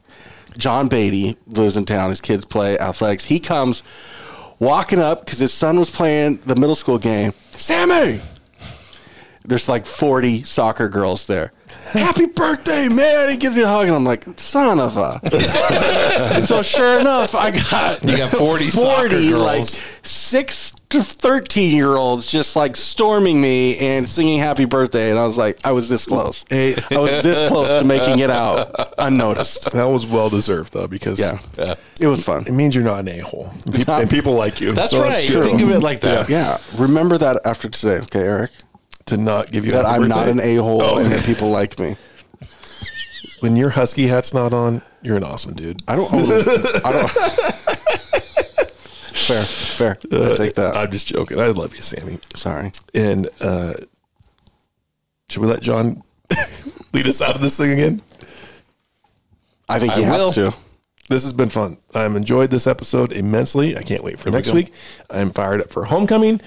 S7: John Beatty lives in town. His kids play athletics. He comes walking up because his son was playing the middle school game. Sammy, there's like 40 soccer girls there. Happy birthday, man! He gives me a hug, and I'm like, son of a. And so sure enough, I got
S6: You got 40 soccer girls.
S7: like six to 13 year olds just like storming me and singing happy birthday, and I was like, I was this close. I was this close to making it out unnoticed.
S3: That was well deserved, though, because
S7: Yeah, it was fun.
S3: it means you're not an a hole. And people like you.
S6: That's
S3: So
S6: right.
S3: true.
S6: Think of it like that.
S7: Yeah, remember that after today, okay, Eric?
S3: To not give you
S7: That
S3: a
S7: I'm not an
S3: birthday.
S7: a hole
S3: Oh,
S7: and that
S3: okay.
S7: people like me.
S3: When your husky hat's not on, you're an awesome dude.
S7: I don't own I don't. fair, fair. I take that.
S3: Uh, I'm just joking. I love you, Sammy.
S7: Sorry.
S3: And uh, should we let John lead us out of this thing again?
S7: I think he
S6: I
S7: has
S6: will.
S7: to.
S3: This has been fun. I've enjoyed this episode immensely. I can't wait for next week. I'm fired up for homecoming.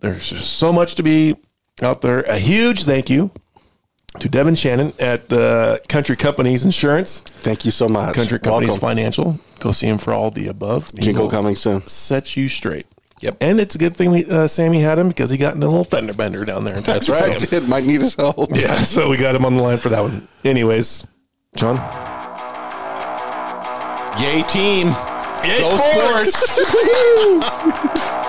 S3: There's just so much to be out there. A huge thank you to Devin Shannon at the Country Companies Insurance,
S7: Thank you so much.
S3: Country Companies
S7: Welcome.
S3: Financial. Go see him for all the above. He
S7: Jingle
S3: will
S7: coming soon.
S3: Set you straight.
S6: Yep.
S3: And it's a good thing we, uh, Sammy had him because he got into a little fender bender down there. That's
S7: Right, dude. Might need his help.
S3: Yeah, so we got him on the line for that one. Anyways, John.
S6: Yay, team.
S3: Yay,
S6: Go sports.